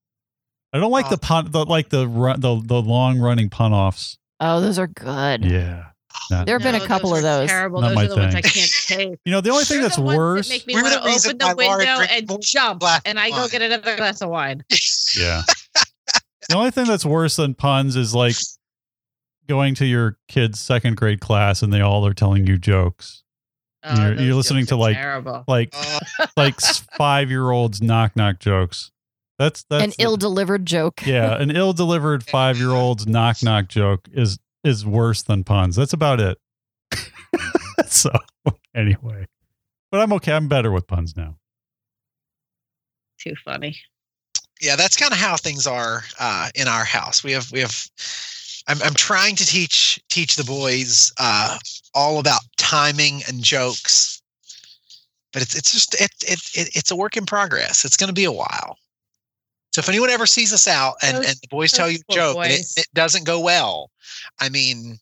[SPEAKER 2] I don't like
[SPEAKER 3] Oh.
[SPEAKER 2] the pun, the, like the run, the the long running pun offs.
[SPEAKER 1] Oh, those are good.
[SPEAKER 2] Yeah, Not-
[SPEAKER 1] There have been a couple of
[SPEAKER 4] are
[SPEAKER 1] those.
[SPEAKER 4] Terrible.
[SPEAKER 2] Not
[SPEAKER 4] those
[SPEAKER 2] my
[SPEAKER 4] are the ones I
[SPEAKER 2] thing.
[SPEAKER 4] can't take.
[SPEAKER 2] you know the only thing
[SPEAKER 4] They're
[SPEAKER 2] that's
[SPEAKER 4] the ones
[SPEAKER 2] worse.
[SPEAKER 4] That make me
[SPEAKER 3] We're
[SPEAKER 4] want
[SPEAKER 3] the
[SPEAKER 4] to
[SPEAKER 3] reason
[SPEAKER 4] open the
[SPEAKER 3] why Laura
[SPEAKER 4] window
[SPEAKER 3] drinks
[SPEAKER 4] and
[SPEAKER 3] more
[SPEAKER 4] jump,
[SPEAKER 3] black
[SPEAKER 4] and I go
[SPEAKER 3] wine.
[SPEAKER 4] get another glass of wine.
[SPEAKER 2] Yeah. the only thing that's worse than puns is like going to your kid's second grade class and they all are telling you jokes. You're-
[SPEAKER 4] Oh, those
[SPEAKER 2] you're
[SPEAKER 4] jokes
[SPEAKER 2] listening to,
[SPEAKER 4] are
[SPEAKER 2] like-
[SPEAKER 4] terrible.
[SPEAKER 2] Like
[SPEAKER 1] Oh.
[SPEAKER 3] Uh,
[SPEAKER 2] like five year olds knock knock jokes. That's that's
[SPEAKER 1] An
[SPEAKER 2] the-
[SPEAKER 1] ill delivered joke.
[SPEAKER 2] yeah, an ill delivered five year old's knock knock joke is is worse than puns. That's about it. so anyway. But I'm okay. I'm better with puns now.
[SPEAKER 4] Too funny.
[SPEAKER 3] yeah, that's kind of how things are uh, in our house. We have we have. I'm I'm trying to teach teach the boys uh, all about timing and jokes, but it's it's just it it, it it's a work in progress. It's going to be a while. So if anyone ever sees us out and,
[SPEAKER 4] Those-
[SPEAKER 3] and the boys tell
[SPEAKER 4] those
[SPEAKER 3] you a
[SPEAKER 4] poor
[SPEAKER 3] joke and it,
[SPEAKER 4] boys.
[SPEAKER 3] it doesn't go well, I mean,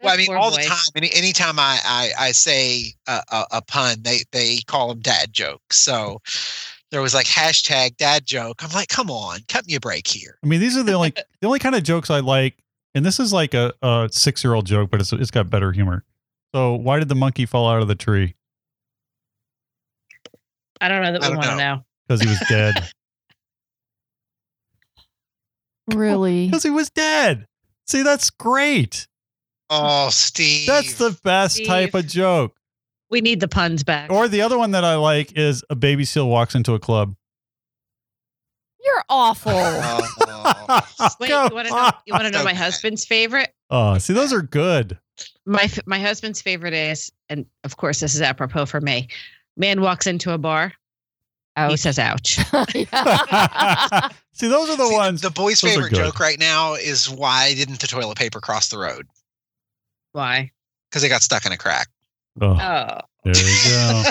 [SPEAKER 3] well, I
[SPEAKER 4] Those
[SPEAKER 3] mean,
[SPEAKER 4] poor
[SPEAKER 3] all the
[SPEAKER 4] boys.
[SPEAKER 3] time. Any anytime I I, I say a, a, a pun, they they call them dad jokes. So there was like hashtag dad joke. I'm like, come on, cut me a break here.
[SPEAKER 2] I mean, these are the only the only kind of jokes I like, and this is like a, a six year old joke, but it's it's got better humor. So why did the monkey fall out of the tree?
[SPEAKER 4] I don't know that
[SPEAKER 3] I
[SPEAKER 4] we
[SPEAKER 3] don't
[SPEAKER 4] want to
[SPEAKER 3] know.
[SPEAKER 4] know.
[SPEAKER 2] Because he was dead.
[SPEAKER 1] Really?
[SPEAKER 2] Because he was dead. See, that's great.
[SPEAKER 3] Oh, Steve.
[SPEAKER 2] That's the best type of joke.
[SPEAKER 4] We need the puns back.
[SPEAKER 2] Or the other one that I like is a baby seal walks into a club.
[SPEAKER 1] You're awful.
[SPEAKER 3] Oh,
[SPEAKER 4] Wait,
[SPEAKER 2] Go
[SPEAKER 4] you want to know? You want to know
[SPEAKER 3] So
[SPEAKER 4] my
[SPEAKER 3] bad.
[SPEAKER 4] husband's favorite?
[SPEAKER 2] Oh, see, those are good.
[SPEAKER 4] My f- my husband's favorite is, and of course this is apropos for me. Man walks into a bar. He
[SPEAKER 1] Ouch.
[SPEAKER 4] says, "Ouch."
[SPEAKER 1] Yeah.
[SPEAKER 2] see, those are the
[SPEAKER 3] See,
[SPEAKER 2] ones.
[SPEAKER 3] The boy's
[SPEAKER 2] those are
[SPEAKER 3] favorite
[SPEAKER 2] good.
[SPEAKER 3] joke right now is why didn't the toilet paper cross the road?
[SPEAKER 4] Why?
[SPEAKER 3] Because it got stuck in a crack.
[SPEAKER 2] Oh,
[SPEAKER 4] Oh,
[SPEAKER 2] there you go.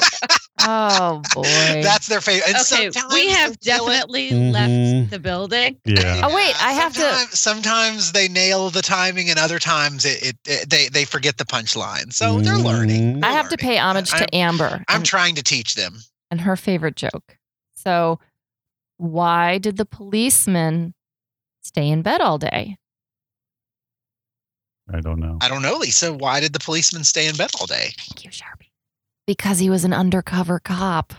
[SPEAKER 1] oh boy.
[SPEAKER 3] That's their favorite. And
[SPEAKER 4] okay.
[SPEAKER 3] sometimes
[SPEAKER 4] We have
[SPEAKER 3] they nail it.
[SPEAKER 4] definitely
[SPEAKER 2] Mhm.
[SPEAKER 4] left the building.
[SPEAKER 2] Yeah.
[SPEAKER 1] Oh, wait, I have to-
[SPEAKER 3] sometimes- Sometimes they nail the timing, and other times it, it, it they they forget the punchline. So they're learning.
[SPEAKER 2] Mhm.
[SPEAKER 1] I
[SPEAKER 3] They're
[SPEAKER 1] have to
[SPEAKER 3] learning.
[SPEAKER 1] pay homage
[SPEAKER 3] I'm-
[SPEAKER 1] to Amber
[SPEAKER 3] I'm
[SPEAKER 1] and,
[SPEAKER 3] trying to teach them.
[SPEAKER 1] and her favorite joke. So, why did the policeman stay in bed all day?
[SPEAKER 2] I don't know.
[SPEAKER 3] I don't know, Lisa. Why did the policeman stay in bed all day?
[SPEAKER 1] Thank you, Sharpie. Because he was an undercover cop.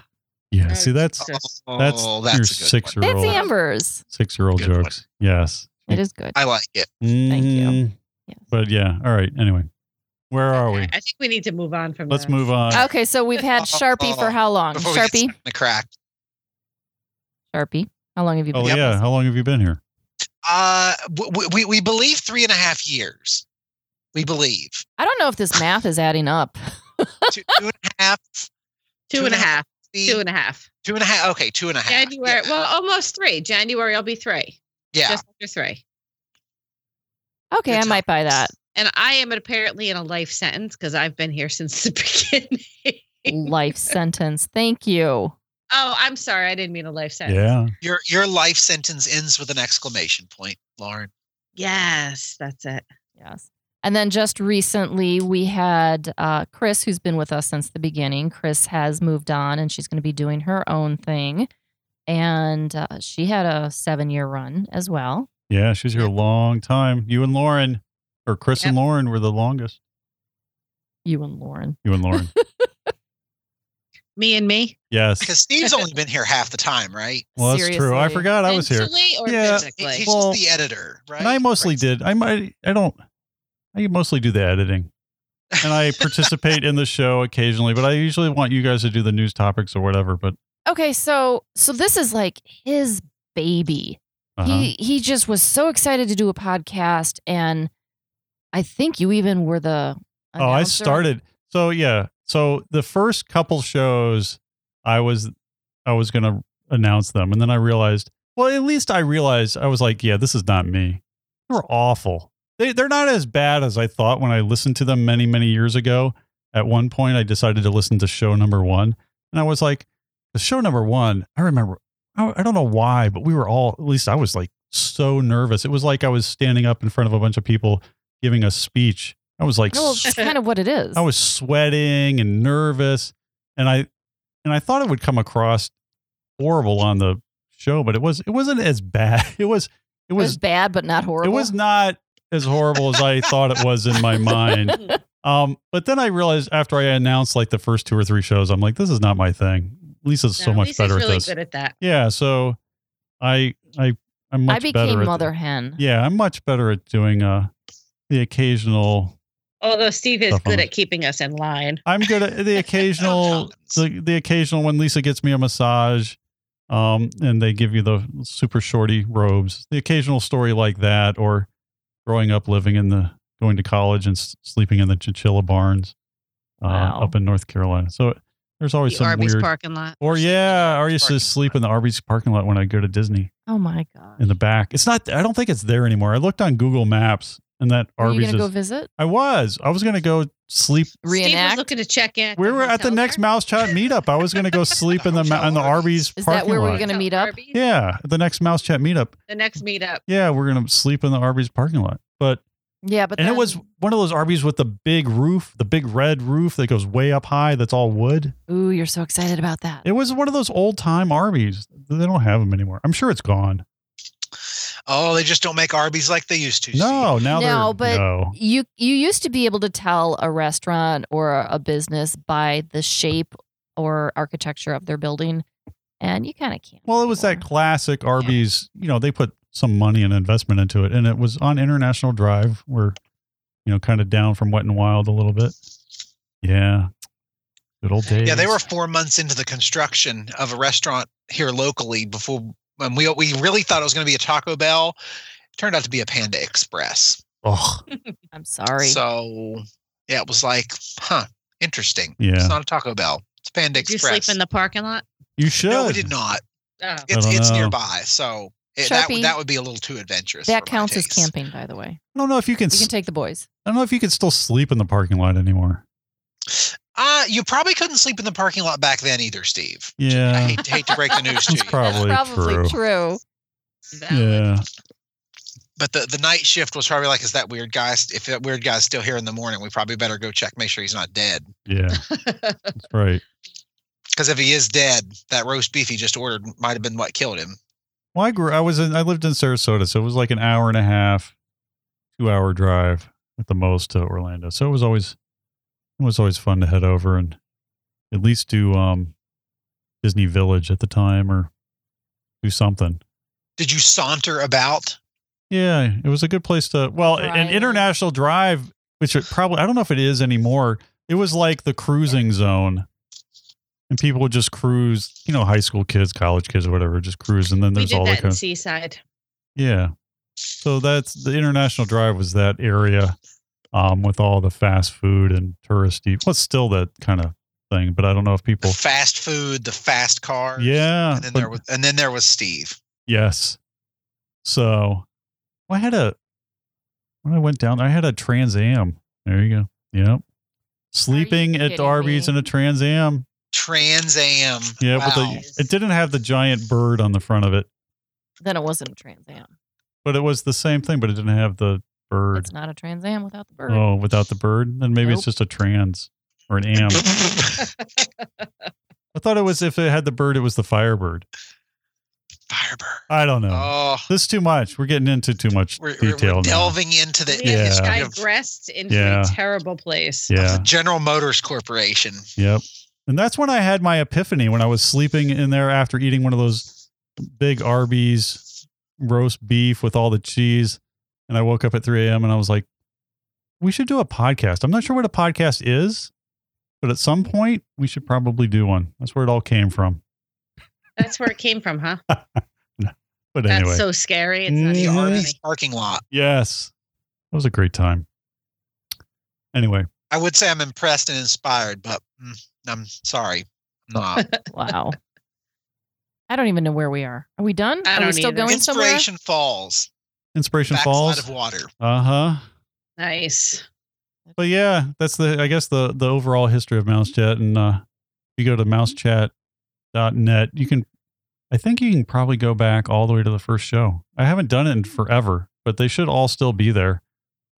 [SPEAKER 2] Yeah. See, that's
[SPEAKER 4] Jesus.
[SPEAKER 2] that's,
[SPEAKER 3] Oh,
[SPEAKER 2] your
[SPEAKER 3] that's a good
[SPEAKER 2] six
[SPEAKER 3] one.
[SPEAKER 2] year
[SPEAKER 1] That's
[SPEAKER 2] old
[SPEAKER 1] Amber's.
[SPEAKER 2] six year old
[SPEAKER 3] Good one.
[SPEAKER 2] jokes. Yes.
[SPEAKER 1] It is good.
[SPEAKER 3] I like it.
[SPEAKER 1] you.
[SPEAKER 2] Mm,
[SPEAKER 1] Yes.
[SPEAKER 2] But yeah. All right. Anyway, where are
[SPEAKER 4] Okay,
[SPEAKER 2] we?
[SPEAKER 4] I think we need to move on from.
[SPEAKER 2] Let's
[SPEAKER 4] that.
[SPEAKER 2] move on.
[SPEAKER 1] Okay, so we've had Sharpie for how long?
[SPEAKER 3] Before we get
[SPEAKER 1] Sharpie,
[SPEAKER 3] stuck in the crack.
[SPEAKER 1] Sharpie. How long have you been?
[SPEAKER 2] Oh
[SPEAKER 1] doing
[SPEAKER 2] yeah.
[SPEAKER 1] this?
[SPEAKER 2] How long have you been here?
[SPEAKER 3] Uh, we, we we believe three and a half years. We believe
[SPEAKER 1] I don't know if this math is adding up.
[SPEAKER 3] two, two and a half.
[SPEAKER 4] Two and a half. Two
[SPEAKER 3] Two,
[SPEAKER 4] and a half.
[SPEAKER 3] two and a half. Okay, two and a half.
[SPEAKER 4] January.
[SPEAKER 3] Yeah.
[SPEAKER 4] Well, almost three. January, I'll be three.
[SPEAKER 3] yeah.
[SPEAKER 4] Just under three.
[SPEAKER 1] Okay,
[SPEAKER 3] Good
[SPEAKER 1] I might buy that.
[SPEAKER 4] And I am apparently in a life sentence because I've been here since the beginning.
[SPEAKER 1] Life sentence. Thank you.
[SPEAKER 4] oh, I'm sorry. I didn't mean a life sentence.
[SPEAKER 2] Yeah.
[SPEAKER 3] your your life sentence ends with an exclamation point, Lauren.
[SPEAKER 4] Yes, that's it.
[SPEAKER 1] Yes. And then just recently, we had uh, Chris, who's been with us since the beginning. Chris has moved on and she's going to be doing her own thing. And uh, she had a seven year run as well.
[SPEAKER 2] Yeah. She's here a long time. You and Lauren, or Chris and Lauren, were the longest.
[SPEAKER 1] You and Lauren.
[SPEAKER 2] You and Lauren.
[SPEAKER 4] Me and me.
[SPEAKER 2] yes.
[SPEAKER 3] Because Steve's only been here half the time, right?
[SPEAKER 2] Well, that's true. I
[SPEAKER 1] Seriously.
[SPEAKER 2] forgot I was here.
[SPEAKER 4] Mentally or
[SPEAKER 2] Yeah.
[SPEAKER 3] He-
[SPEAKER 4] physically.
[SPEAKER 3] He's
[SPEAKER 2] Well,
[SPEAKER 3] just the editor, right?
[SPEAKER 2] And I mostly
[SPEAKER 3] Right.
[SPEAKER 2] did. I might. I don't. I mostly do the editing, and I participate in the show occasionally. But I usually want you guys to do the news topics or whatever. But
[SPEAKER 1] Okay, so so this is like his baby.
[SPEAKER 2] uh-huh.
[SPEAKER 1] He he just was so excited to do a podcast, and I think you even were the.
[SPEAKER 2] Oh, I
[SPEAKER 1] announcer.
[SPEAKER 2] started. So yeah. So the first couple shows, I was, I was gonna announce them, and then I realized. Well, at least I realized I was like, yeah, this is not me. They were awful. They they're not as bad as I thought when I listened to them many many years ago. At one point, I decided to listen to show number one, and I was like, the show number one. I remember. I, I don't know why, but we were all. At least I was like so nervous. It was like I was standing up in front of a bunch of people giving a speech. I was like
[SPEAKER 1] Well, that's kind of what it is.
[SPEAKER 2] I was sweating and nervous, and I and I thought it would come across horrible on the show, but it was it wasn't as bad. It was it
[SPEAKER 1] It was
[SPEAKER 2] was
[SPEAKER 1] bad, but not
[SPEAKER 2] it
[SPEAKER 1] horrible.
[SPEAKER 2] was not as horrible as I thought it was in my mind. Um, but then I realized after I announced like the first two or three shows, I'm like, this is not my thing. Lisa's so
[SPEAKER 4] No,
[SPEAKER 2] much
[SPEAKER 4] Lisa's
[SPEAKER 2] better
[SPEAKER 4] really
[SPEAKER 2] at this.
[SPEAKER 4] good at that.
[SPEAKER 2] yeah, so I I I'm much
[SPEAKER 1] I
[SPEAKER 2] better
[SPEAKER 1] became
[SPEAKER 2] at
[SPEAKER 1] mother hen.
[SPEAKER 2] Yeah, I'm much better at doing uh the occasional.
[SPEAKER 4] Although Steve is
[SPEAKER 2] Tough on
[SPEAKER 4] good at keeping us in line.
[SPEAKER 2] I'm good at the occasional the, the occasional when Lisa gets me a massage, um, and they give you the super shorty robes. The occasional story like that, or growing up living in the going to college and s- sleeping in the chinchilla barns uh,
[SPEAKER 1] Wow.
[SPEAKER 2] up in North Carolina. So there's always
[SPEAKER 4] the
[SPEAKER 2] some
[SPEAKER 4] Arby's
[SPEAKER 2] weird.
[SPEAKER 4] parking lot.
[SPEAKER 2] Or yeah, or I used to
[SPEAKER 3] Parking
[SPEAKER 2] sleep in the Arby's parking lot when I go to Disney
[SPEAKER 1] Oh my god.
[SPEAKER 2] in the back. It's not. I don't think it's there anymore. I looked on Google Maps, and that
[SPEAKER 1] Are you
[SPEAKER 2] Arby's
[SPEAKER 1] gonna go
[SPEAKER 2] is.
[SPEAKER 1] visit?
[SPEAKER 2] I was. I was gonna go sleep.
[SPEAKER 4] Steve was
[SPEAKER 1] Reenact.
[SPEAKER 4] looking to check in.
[SPEAKER 2] We were at the
[SPEAKER 4] hotel
[SPEAKER 2] next
[SPEAKER 4] bar.
[SPEAKER 2] Mouse Chat meetup. I was gonna go sleep in the ma- in the Arby's
[SPEAKER 1] Is that
[SPEAKER 2] parking
[SPEAKER 1] where we're
[SPEAKER 2] lot.
[SPEAKER 1] gonna meet up?
[SPEAKER 4] Arby's?
[SPEAKER 2] Yeah, at the next Mouse Chat meetup.
[SPEAKER 4] The next meetup.
[SPEAKER 2] Yeah, we're gonna sleep in the Arby's parking lot. But
[SPEAKER 1] Yeah, but
[SPEAKER 2] and
[SPEAKER 1] then,
[SPEAKER 2] it was one of those Arby's with the big roof, the big red roof that goes way up high. That's all wood.
[SPEAKER 1] Ooh, you're so excited about that.
[SPEAKER 2] It was one of those old time Arby's. They don't have them anymore. I'm sure it's gone.
[SPEAKER 3] Oh, they just don't make Arby's like they used to.
[SPEAKER 2] No, now
[SPEAKER 1] No,
[SPEAKER 2] they're
[SPEAKER 1] but-
[SPEAKER 2] no.
[SPEAKER 1] you you used to be able to tell a restaurant or a business by the shape or architecture of their building and you kind of can't
[SPEAKER 2] Well, it was that
[SPEAKER 1] anymore.
[SPEAKER 2] classic Arby's. You know, they put some money and investment into it, and it was on International Drive. We're, you know, kind of down from Wet and Wild a little bit. Yeah, good old days.
[SPEAKER 3] Steve. Yeah, they were four months into the construction of a restaurant here locally before, and we we really thought it was going to be a Taco Bell. Turned out to be a Panda Express.
[SPEAKER 2] Ugh.
[SPEAKER 1] i'm sorry
[SPEAKER 3] So yeah, it was like, huh, interesting.
[SPEAKER 2] Yeah,
[SPEAKER 3] It's not a Taco Bell. It's Panda
[SPEAKER 4] Did you
[SPEAKER 3] Express.
[SPEAKER 4] sleep in the parking lot?
[SPEAKER 2] you should.
[SPEAKER 3] no, we did not.
[SPEAKER 4] Oh.
[SPEAKER 3] It's
[SPEAKER 2] don't
[SPEAKER 3] it's
[SPEAKER 2] know.
[SPEAKER 3] nearby, so it, that
[SPEAKER 1] Sharpie.
[SPEAKER 3] would that would be a little too adventurous.
[SPEAKER 1] that
[SPEAKER 3] for my
[SPEAKER 1] counts as
[SPEAKER 3] taste.
[SPEAKER 1] camping by the way
[SPEAKER 2] I don't know if you can.
[SPEAKER 1] you can
[SPEAKER 2] s
[SPEAKER 1] take the boys
[SPEAKER 2] I don't know if you can still sleep in the parking lot anymore.
[SPEAKER 3] Uh, you probably couldn't sleep in the parking lot back then either, Steve. I
[SPEAKER 2] Yeah,
[SPEAKER 3] hate, hate to break the news to
[SPEAKER 2] That's
[SPEAKER 3] you,
[SPEAKER 2] probably, true. Yeah,
[SPEAKER 3] but the, the night shift was probably like, is that weird guy? st- If that weird guy's still here in the morning, we probably better go check, make sure he's not dead.
[SPEAKER 2] yeah, that's right.
[SPEAKER 3] Because if he is dead, that roast beef he just ordered might have been what killed him.
[SPEAKER 2] Well, I grew. I was in. I lived in Sarasota, so it was like an hour and a half, two hour drive at the most to Orlando. So it was always, it was always fun to head over and at least do um, Disney Village at the time or do something.
[SPEAKER 3] Did you saunter about?
[SPEAKER 2] Yeah, it was a good place to. Well, an
[SPEAKER 1] Right.
[SPEAKER 2] international drive, which it probably I don't know if it is anymore. It was like the cruising zone, and people would just cruise. You know, high school kids, college kids, or whatever, just cruise. And then
[SPEAKER 4] we
[SPEAKER 2] there's
[SPEAKER 4] did
[SPEAKER 2] all the
[SPEAKER 4] that
[SPEAKER 2] kind
[SPEAKER 4] in
[SPEAKER 2] of
[SPEAKER 4] Seaside.
[SPEAKER 2] yeah. So that's the International Drive was that area um, with all the fast food and touristy. Well, it's still that kind of thing, but I don't know if people.
[SPEAKER 3] Fast food, the fast cars.
[SPEAKER 2] Yeah.
[SPEAKER 3] And then
[SPEAKER 2] but-
[SPEAKER 3] there was and then there was Steve.
[SPEAKER 2] yes. So well, I had a, when I went down there, I had a Trans Am. There you go. Yep. Sleeping at
[SPEAKER 1] kidding
[SPEAKER 2] Arby's
[SPEAKER 1] me?
[SPEAKER 2] in a Trans Am.
[SPEAKER 3] Trans Am.
[SPEAKER 2] Yeah. But
[SPEAKER 3] Wow.
[SPEAKER 2] the, it didn't have the giant bird on the front of it,
[SPEAKER 1] then it wasn't a trans am
[SPEAKER 2] but it was the same thing, but it didn't have the bird.
[SPEAKER 1] it's not a trans am without the bird
[SPEAKER 2] Oh, without the bird, then maybe it's
[SPEAKER 1] Nope.
[SPEAKER 2] just a trans or an am. I thought it was if it had the bird, it was the firebird.
[SPEAKER 3] Firebird.
[SPEAKER 2] I don't know.
[SPEAKER 3] Oh,
[SPEAKER 2] this is too much. We're getting into too much
[SPEAKER 3] we're, we're,
[SPEAKER 2] detail
[SPEAKER 3] we're
[SPEAKER 2] now.
[SPEAKER 3] delving into the
[SPEAKER 4] We
[SPEAKER 2] Yeah.
[SPEAKER 3] history of
[SPEAKER 4] digressed into
[SPEAKER 2] Yeah.
[SPEAKER 4] a terrible place.
[SPEAKER 2] Yeah.
[SPEAKER 3] General Motors Corporation.
[SPEAKER 2] Yep. And that's when I had my epiphany when I was sleeping in there after eating one of those big Arby's roast beef with all the cheese. And I woke up at 3 a.m. and I was like, we should do a podcast. I'm not sure what a podcast is, but at some point we should probably do one. That's where it all came from.
[SPEAKER 4] That's where it came from, huh?
[SPEAKER 2] But anyway.
[SPEAKER 4] That's so scary. It's not
[SPEAKER 2] Mhm.
[SPEAKER 3] The
[SPEAKER 4] even funny.
[SPEAKER 3] Arby's parking lot.
[SPEAKER 2] Yes. That was a great time. Anyway,
[SPEAKER 3] I would say I'm impressed and inspired, but mm, I'm sorry, I'm not.
[SPEAKER 1] wow i don't even know where we are are we done are
[SPEAKER 4] I
[SPEAKER 1] we
[SPEAKER 4] don't
[SPEAKER 1] still
[SPEAKER 4] either.
[SPEAKER 1] going somewhere
[SPEAKER 3] Inspiration Falls,
[SPEAKER 2] Inspiration
[SPEAKER 3] backside
[SPEAKER 2] Falls.
[SPEAKER 3] of water.
[SPEAKER 2] Uh huh.
[SPEAKER 4] Nice.
[SPEAKER 2] But yeah, that's the I guess the the overall history of Mouse Chat and uh if you go to mousechat.net, you can I think you can probably go back all the way to the first show. I haven't done it in forever, but they should all still be there.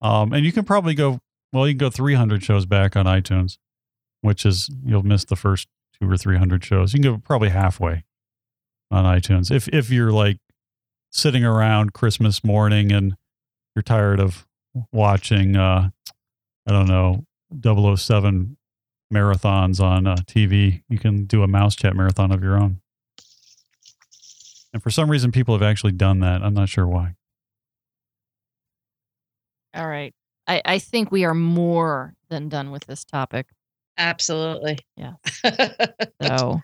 [SPEAKER 2] Um and you can probably go well, you can go 300 shows back on iTunes, which is you'll miss the first two or 300 shows. You can go probably halfway. on iTunes. If if you're like sitting around Christmas morning and you're tired of watching uh I don't know 007 marathons on uh, TV, you can do a mouse chat marathon of your own. And for some reason people have actually done that. I'm not sure why.
[SPEAKER 1] All right. I, I think we are more than done with this topic.
[SPEAKER 4] Absolutely.
[SPEAKER 1] Yeah. So,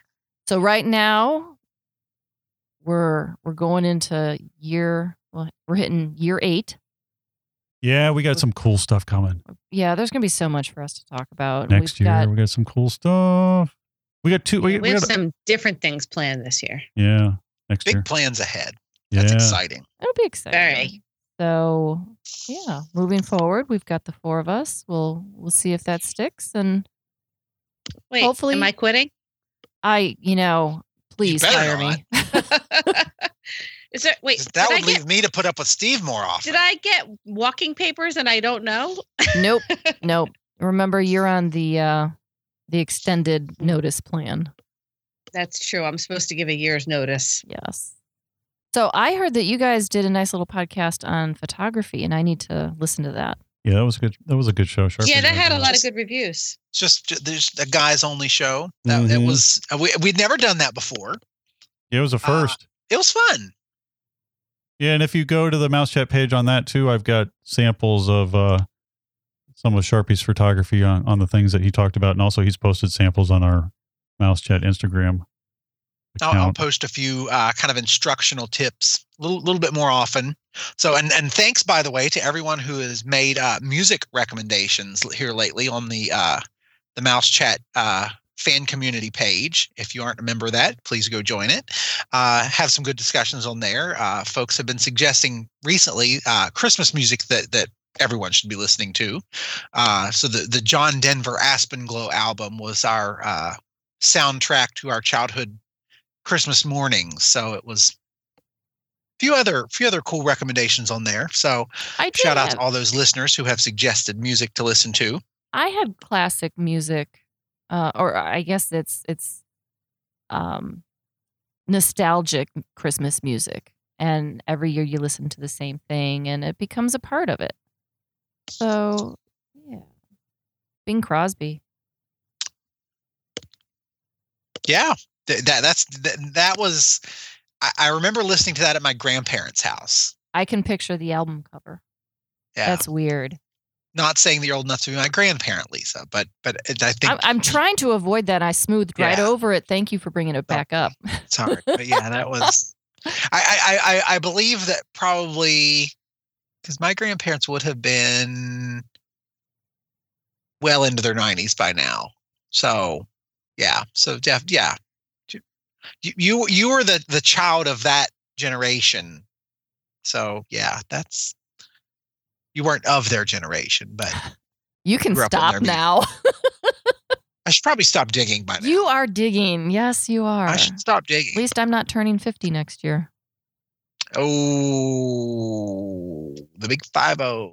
[SPEAKER 1] so right now we're we're going into year well, we're hitting year 8.
[SPEAKER 2] Yeah, we got some cool stuff coming.
[SPEAKER 1] Yeah, there's going to be so much for us to talk about.
[SPEAKER 2] Next
[SPEAKER 1] We've
[SPEAKER 2] year
[SPEAKER 1] got-
[SPEAKER 2] we got some cool stuff. We got two we,
[SPEAKER 4] we,
[SPEAKER 2] we
[SPEAKER 4] have
[SPEAKER 2] got,
[SPEAKER 4] some different things planned this year.
[SPEAKER 2] Yeah, next year.
[SPEAKER 3] Big plans ahead.
[SPEAKER 2] Yeah.
[SPEAKER 3] That's exciting.
[SPEAKER 1] It'll be exciting.
[SPEAKER 4] Very.
[SPEAKER 1] So yeah, moving forward, we've got the four of us. We'll we'll see if that sticks. And
[SPEAKER 4] Wait,
[SPEAKER 1] Hopefully-
[SPEAKER 4] am I quitting?
[SPEAKER 1] I, you know, please
[SPEAKER 3] better
[SPEAKER 1] hire me.
[SPEAKER 4] Is there wait?
[SPEAKER 3] 'Cause that
[SPEAKER 4] did
[SPEAKER 3] would
[SPEAKER 4] I
[SPEAKER 3] leave
[SPEAKER 4] get,
[SPEAKER 3] me to put up with Steve more often.
[SPEAKER 4] Did I get walking papers and I don't know?
[SPEAKER 1] nope, nope. Remember, you're on the uh the extended notice plan.
[SPEAKER 4] That's true. I'm supposed to give a year's notice.
[SPEAKER 1] Yes. So I heard that you guys did a nice little podcast on photography, and I need to listen to that.
[SPEAKER 2] Yeah, that was a good. That was a good show. Sharp
[SPEAKER 4] yeah,
[SPEAKER 2] and
[SPEAKER 4] that had a
[SPEAKER 2] Razor.
[SPEAKER 4] lot of good reviews.
[SPEAKER 3] It's just ju- there's a guys only show. That it
[SPEAKER 2] Mhm.
[SPEAKER 3] was uh, we we'd never done that before.
[SPEAKER 2] Yeah, it
[SPEAKER 3] Uh,
[SPEAKER 2] was a first.
[SPEAKER 3] It was fun.
[SPEAKER 2] yeah, and if you go to the mouse chat page on that too, I've got samples of uh, some of Sharpie's photography on on the things that he talked about, and also he's posted samples on our mouse chat Instagram.
[SPEAKER 3] I'll, I'll
[SPEAKER 2] account.
[SPEAKER 3] post a few uh, kind of instructional tips a little, little bit more often. So, and, and thanks, by the way, to everyone who has made uh, music recommendations l- here lately on the uh, the Mouse Chat uh, fan community page. If you aren't a member of that, please go join it. Uh, have some good discussions on there. Uh, folks have been suggesting recently uh, Christmas music that that everyone should be listening to. Uh, so the the John Denver Aspen Glow album was our uh, soundtrack to our childhood Christmas morning. So it was a few other few other cool recommendations on there. So
[SPEAKER 1] I did
[SPEAKER 3] shout out
[SPEAKER 1] have-
[SPEAKER 3] to all those listeners who have suggested music to listen to.
[SPEAKER 1] I had classic music, uh, or I guess it's it's um, nostalgic Christmas music, and every year you listen to the same thing, and it becomes a part of it. So, yeah, Bing Crosby.
[SPEAKER 3] Yeah, th- that that's th- that was. I, I remember listening to that at my grandparents' house.
[SPEAKER 1] I can picture the album cover.
[SPEAKER 3] Yeah,
[SPEAKER 1] That's weird.
[SPEAKER 3] not saying that you're old enough to be my grandparent, Lisa, but but it- I think
[SPEAKER 1] I'm, I'm trying to avoid that. I smoothed right
[SPEAKER 3] Yeah.
[SPEAKER 1] over it. Thank you for bringing it
[SPEAKER 3] No.
[SPEAKER 1] back up.
[SPEAKER 3] it's hard. But yeah, that was. I I I, I believe that probably because my grandparents would have been well into their nineties by now. So yeah, so def yeah, you you you were the the child of that generation. So yeah, that's you weren't of their generation, but
[SPEAKER 1] You can
[SPEAKER 3] Grew up on
[SPEAKER 1] stop
[SPEAKER 3] their music.
[SPEAKER 1] now.
[SPEAKER 3] I should probably stop digging by now.
[SPEAKER 1] you are digging. Yes, you are.
[SPEAKER 3] I should stop
[SPEAKER 1] At
[SPEAKER 3] digging.
[SPEAKER 1] least I'm not turning 50 next year.
[SPEAKER 3] Oh, the big five oh. zero.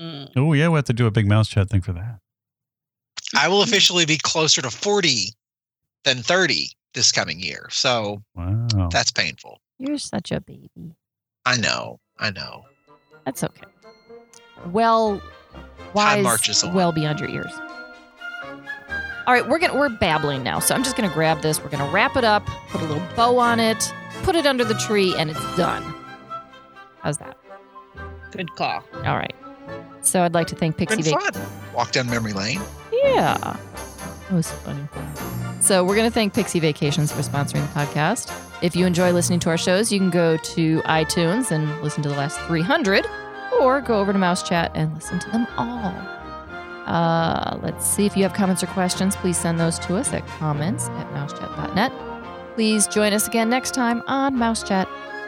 [SPEAKER 2] Mhm.
[SPEAKER 4] Mm-mm.
[SPEAKER 2] Oh yeah, we have to do a big mouse chat thing for that.
[SPEAKER 3] I will officially be closer to 40 than 30 this coming year. So
[SPEAKER 2] Wow.
[SPEAKER 3] that's painful.
[SPEAKER 1] You're such a baby.
[SPEAKER 3] I know. I know.
[SPEAKER 1] That's okay. Well, wise,
[SPEAKER 3] marches on.
[SPEAKER 1] well beyond your ears. All right, we're gonna we're babbling now, so I'm just gonna grab this. We're gonna wrap it up, put a little bow on it, put it under the tree, and it's done. How's that?
[SPEAKER 4] Good call.
[SPEAKER 1] All right. So I'd like to thank Pixie
[SPEAKER 3] Been
[SPEAKER 1] Vac-
[SPEAKER 3] fun. Walk down memory lane.
[SPEAKER 1] Yeah. That was funny. So we're going to thank Pixie Vacations for sponsoring the podcast. If you enjoy listening to our shows, you can go to iTunes and listen to the last 300 or go over to Mouse Chat and listen to them all. Uh, let's see if you have comments or questions. Please send those to us at comments at mousechat.net. Please join us again next time on Mouse Chat.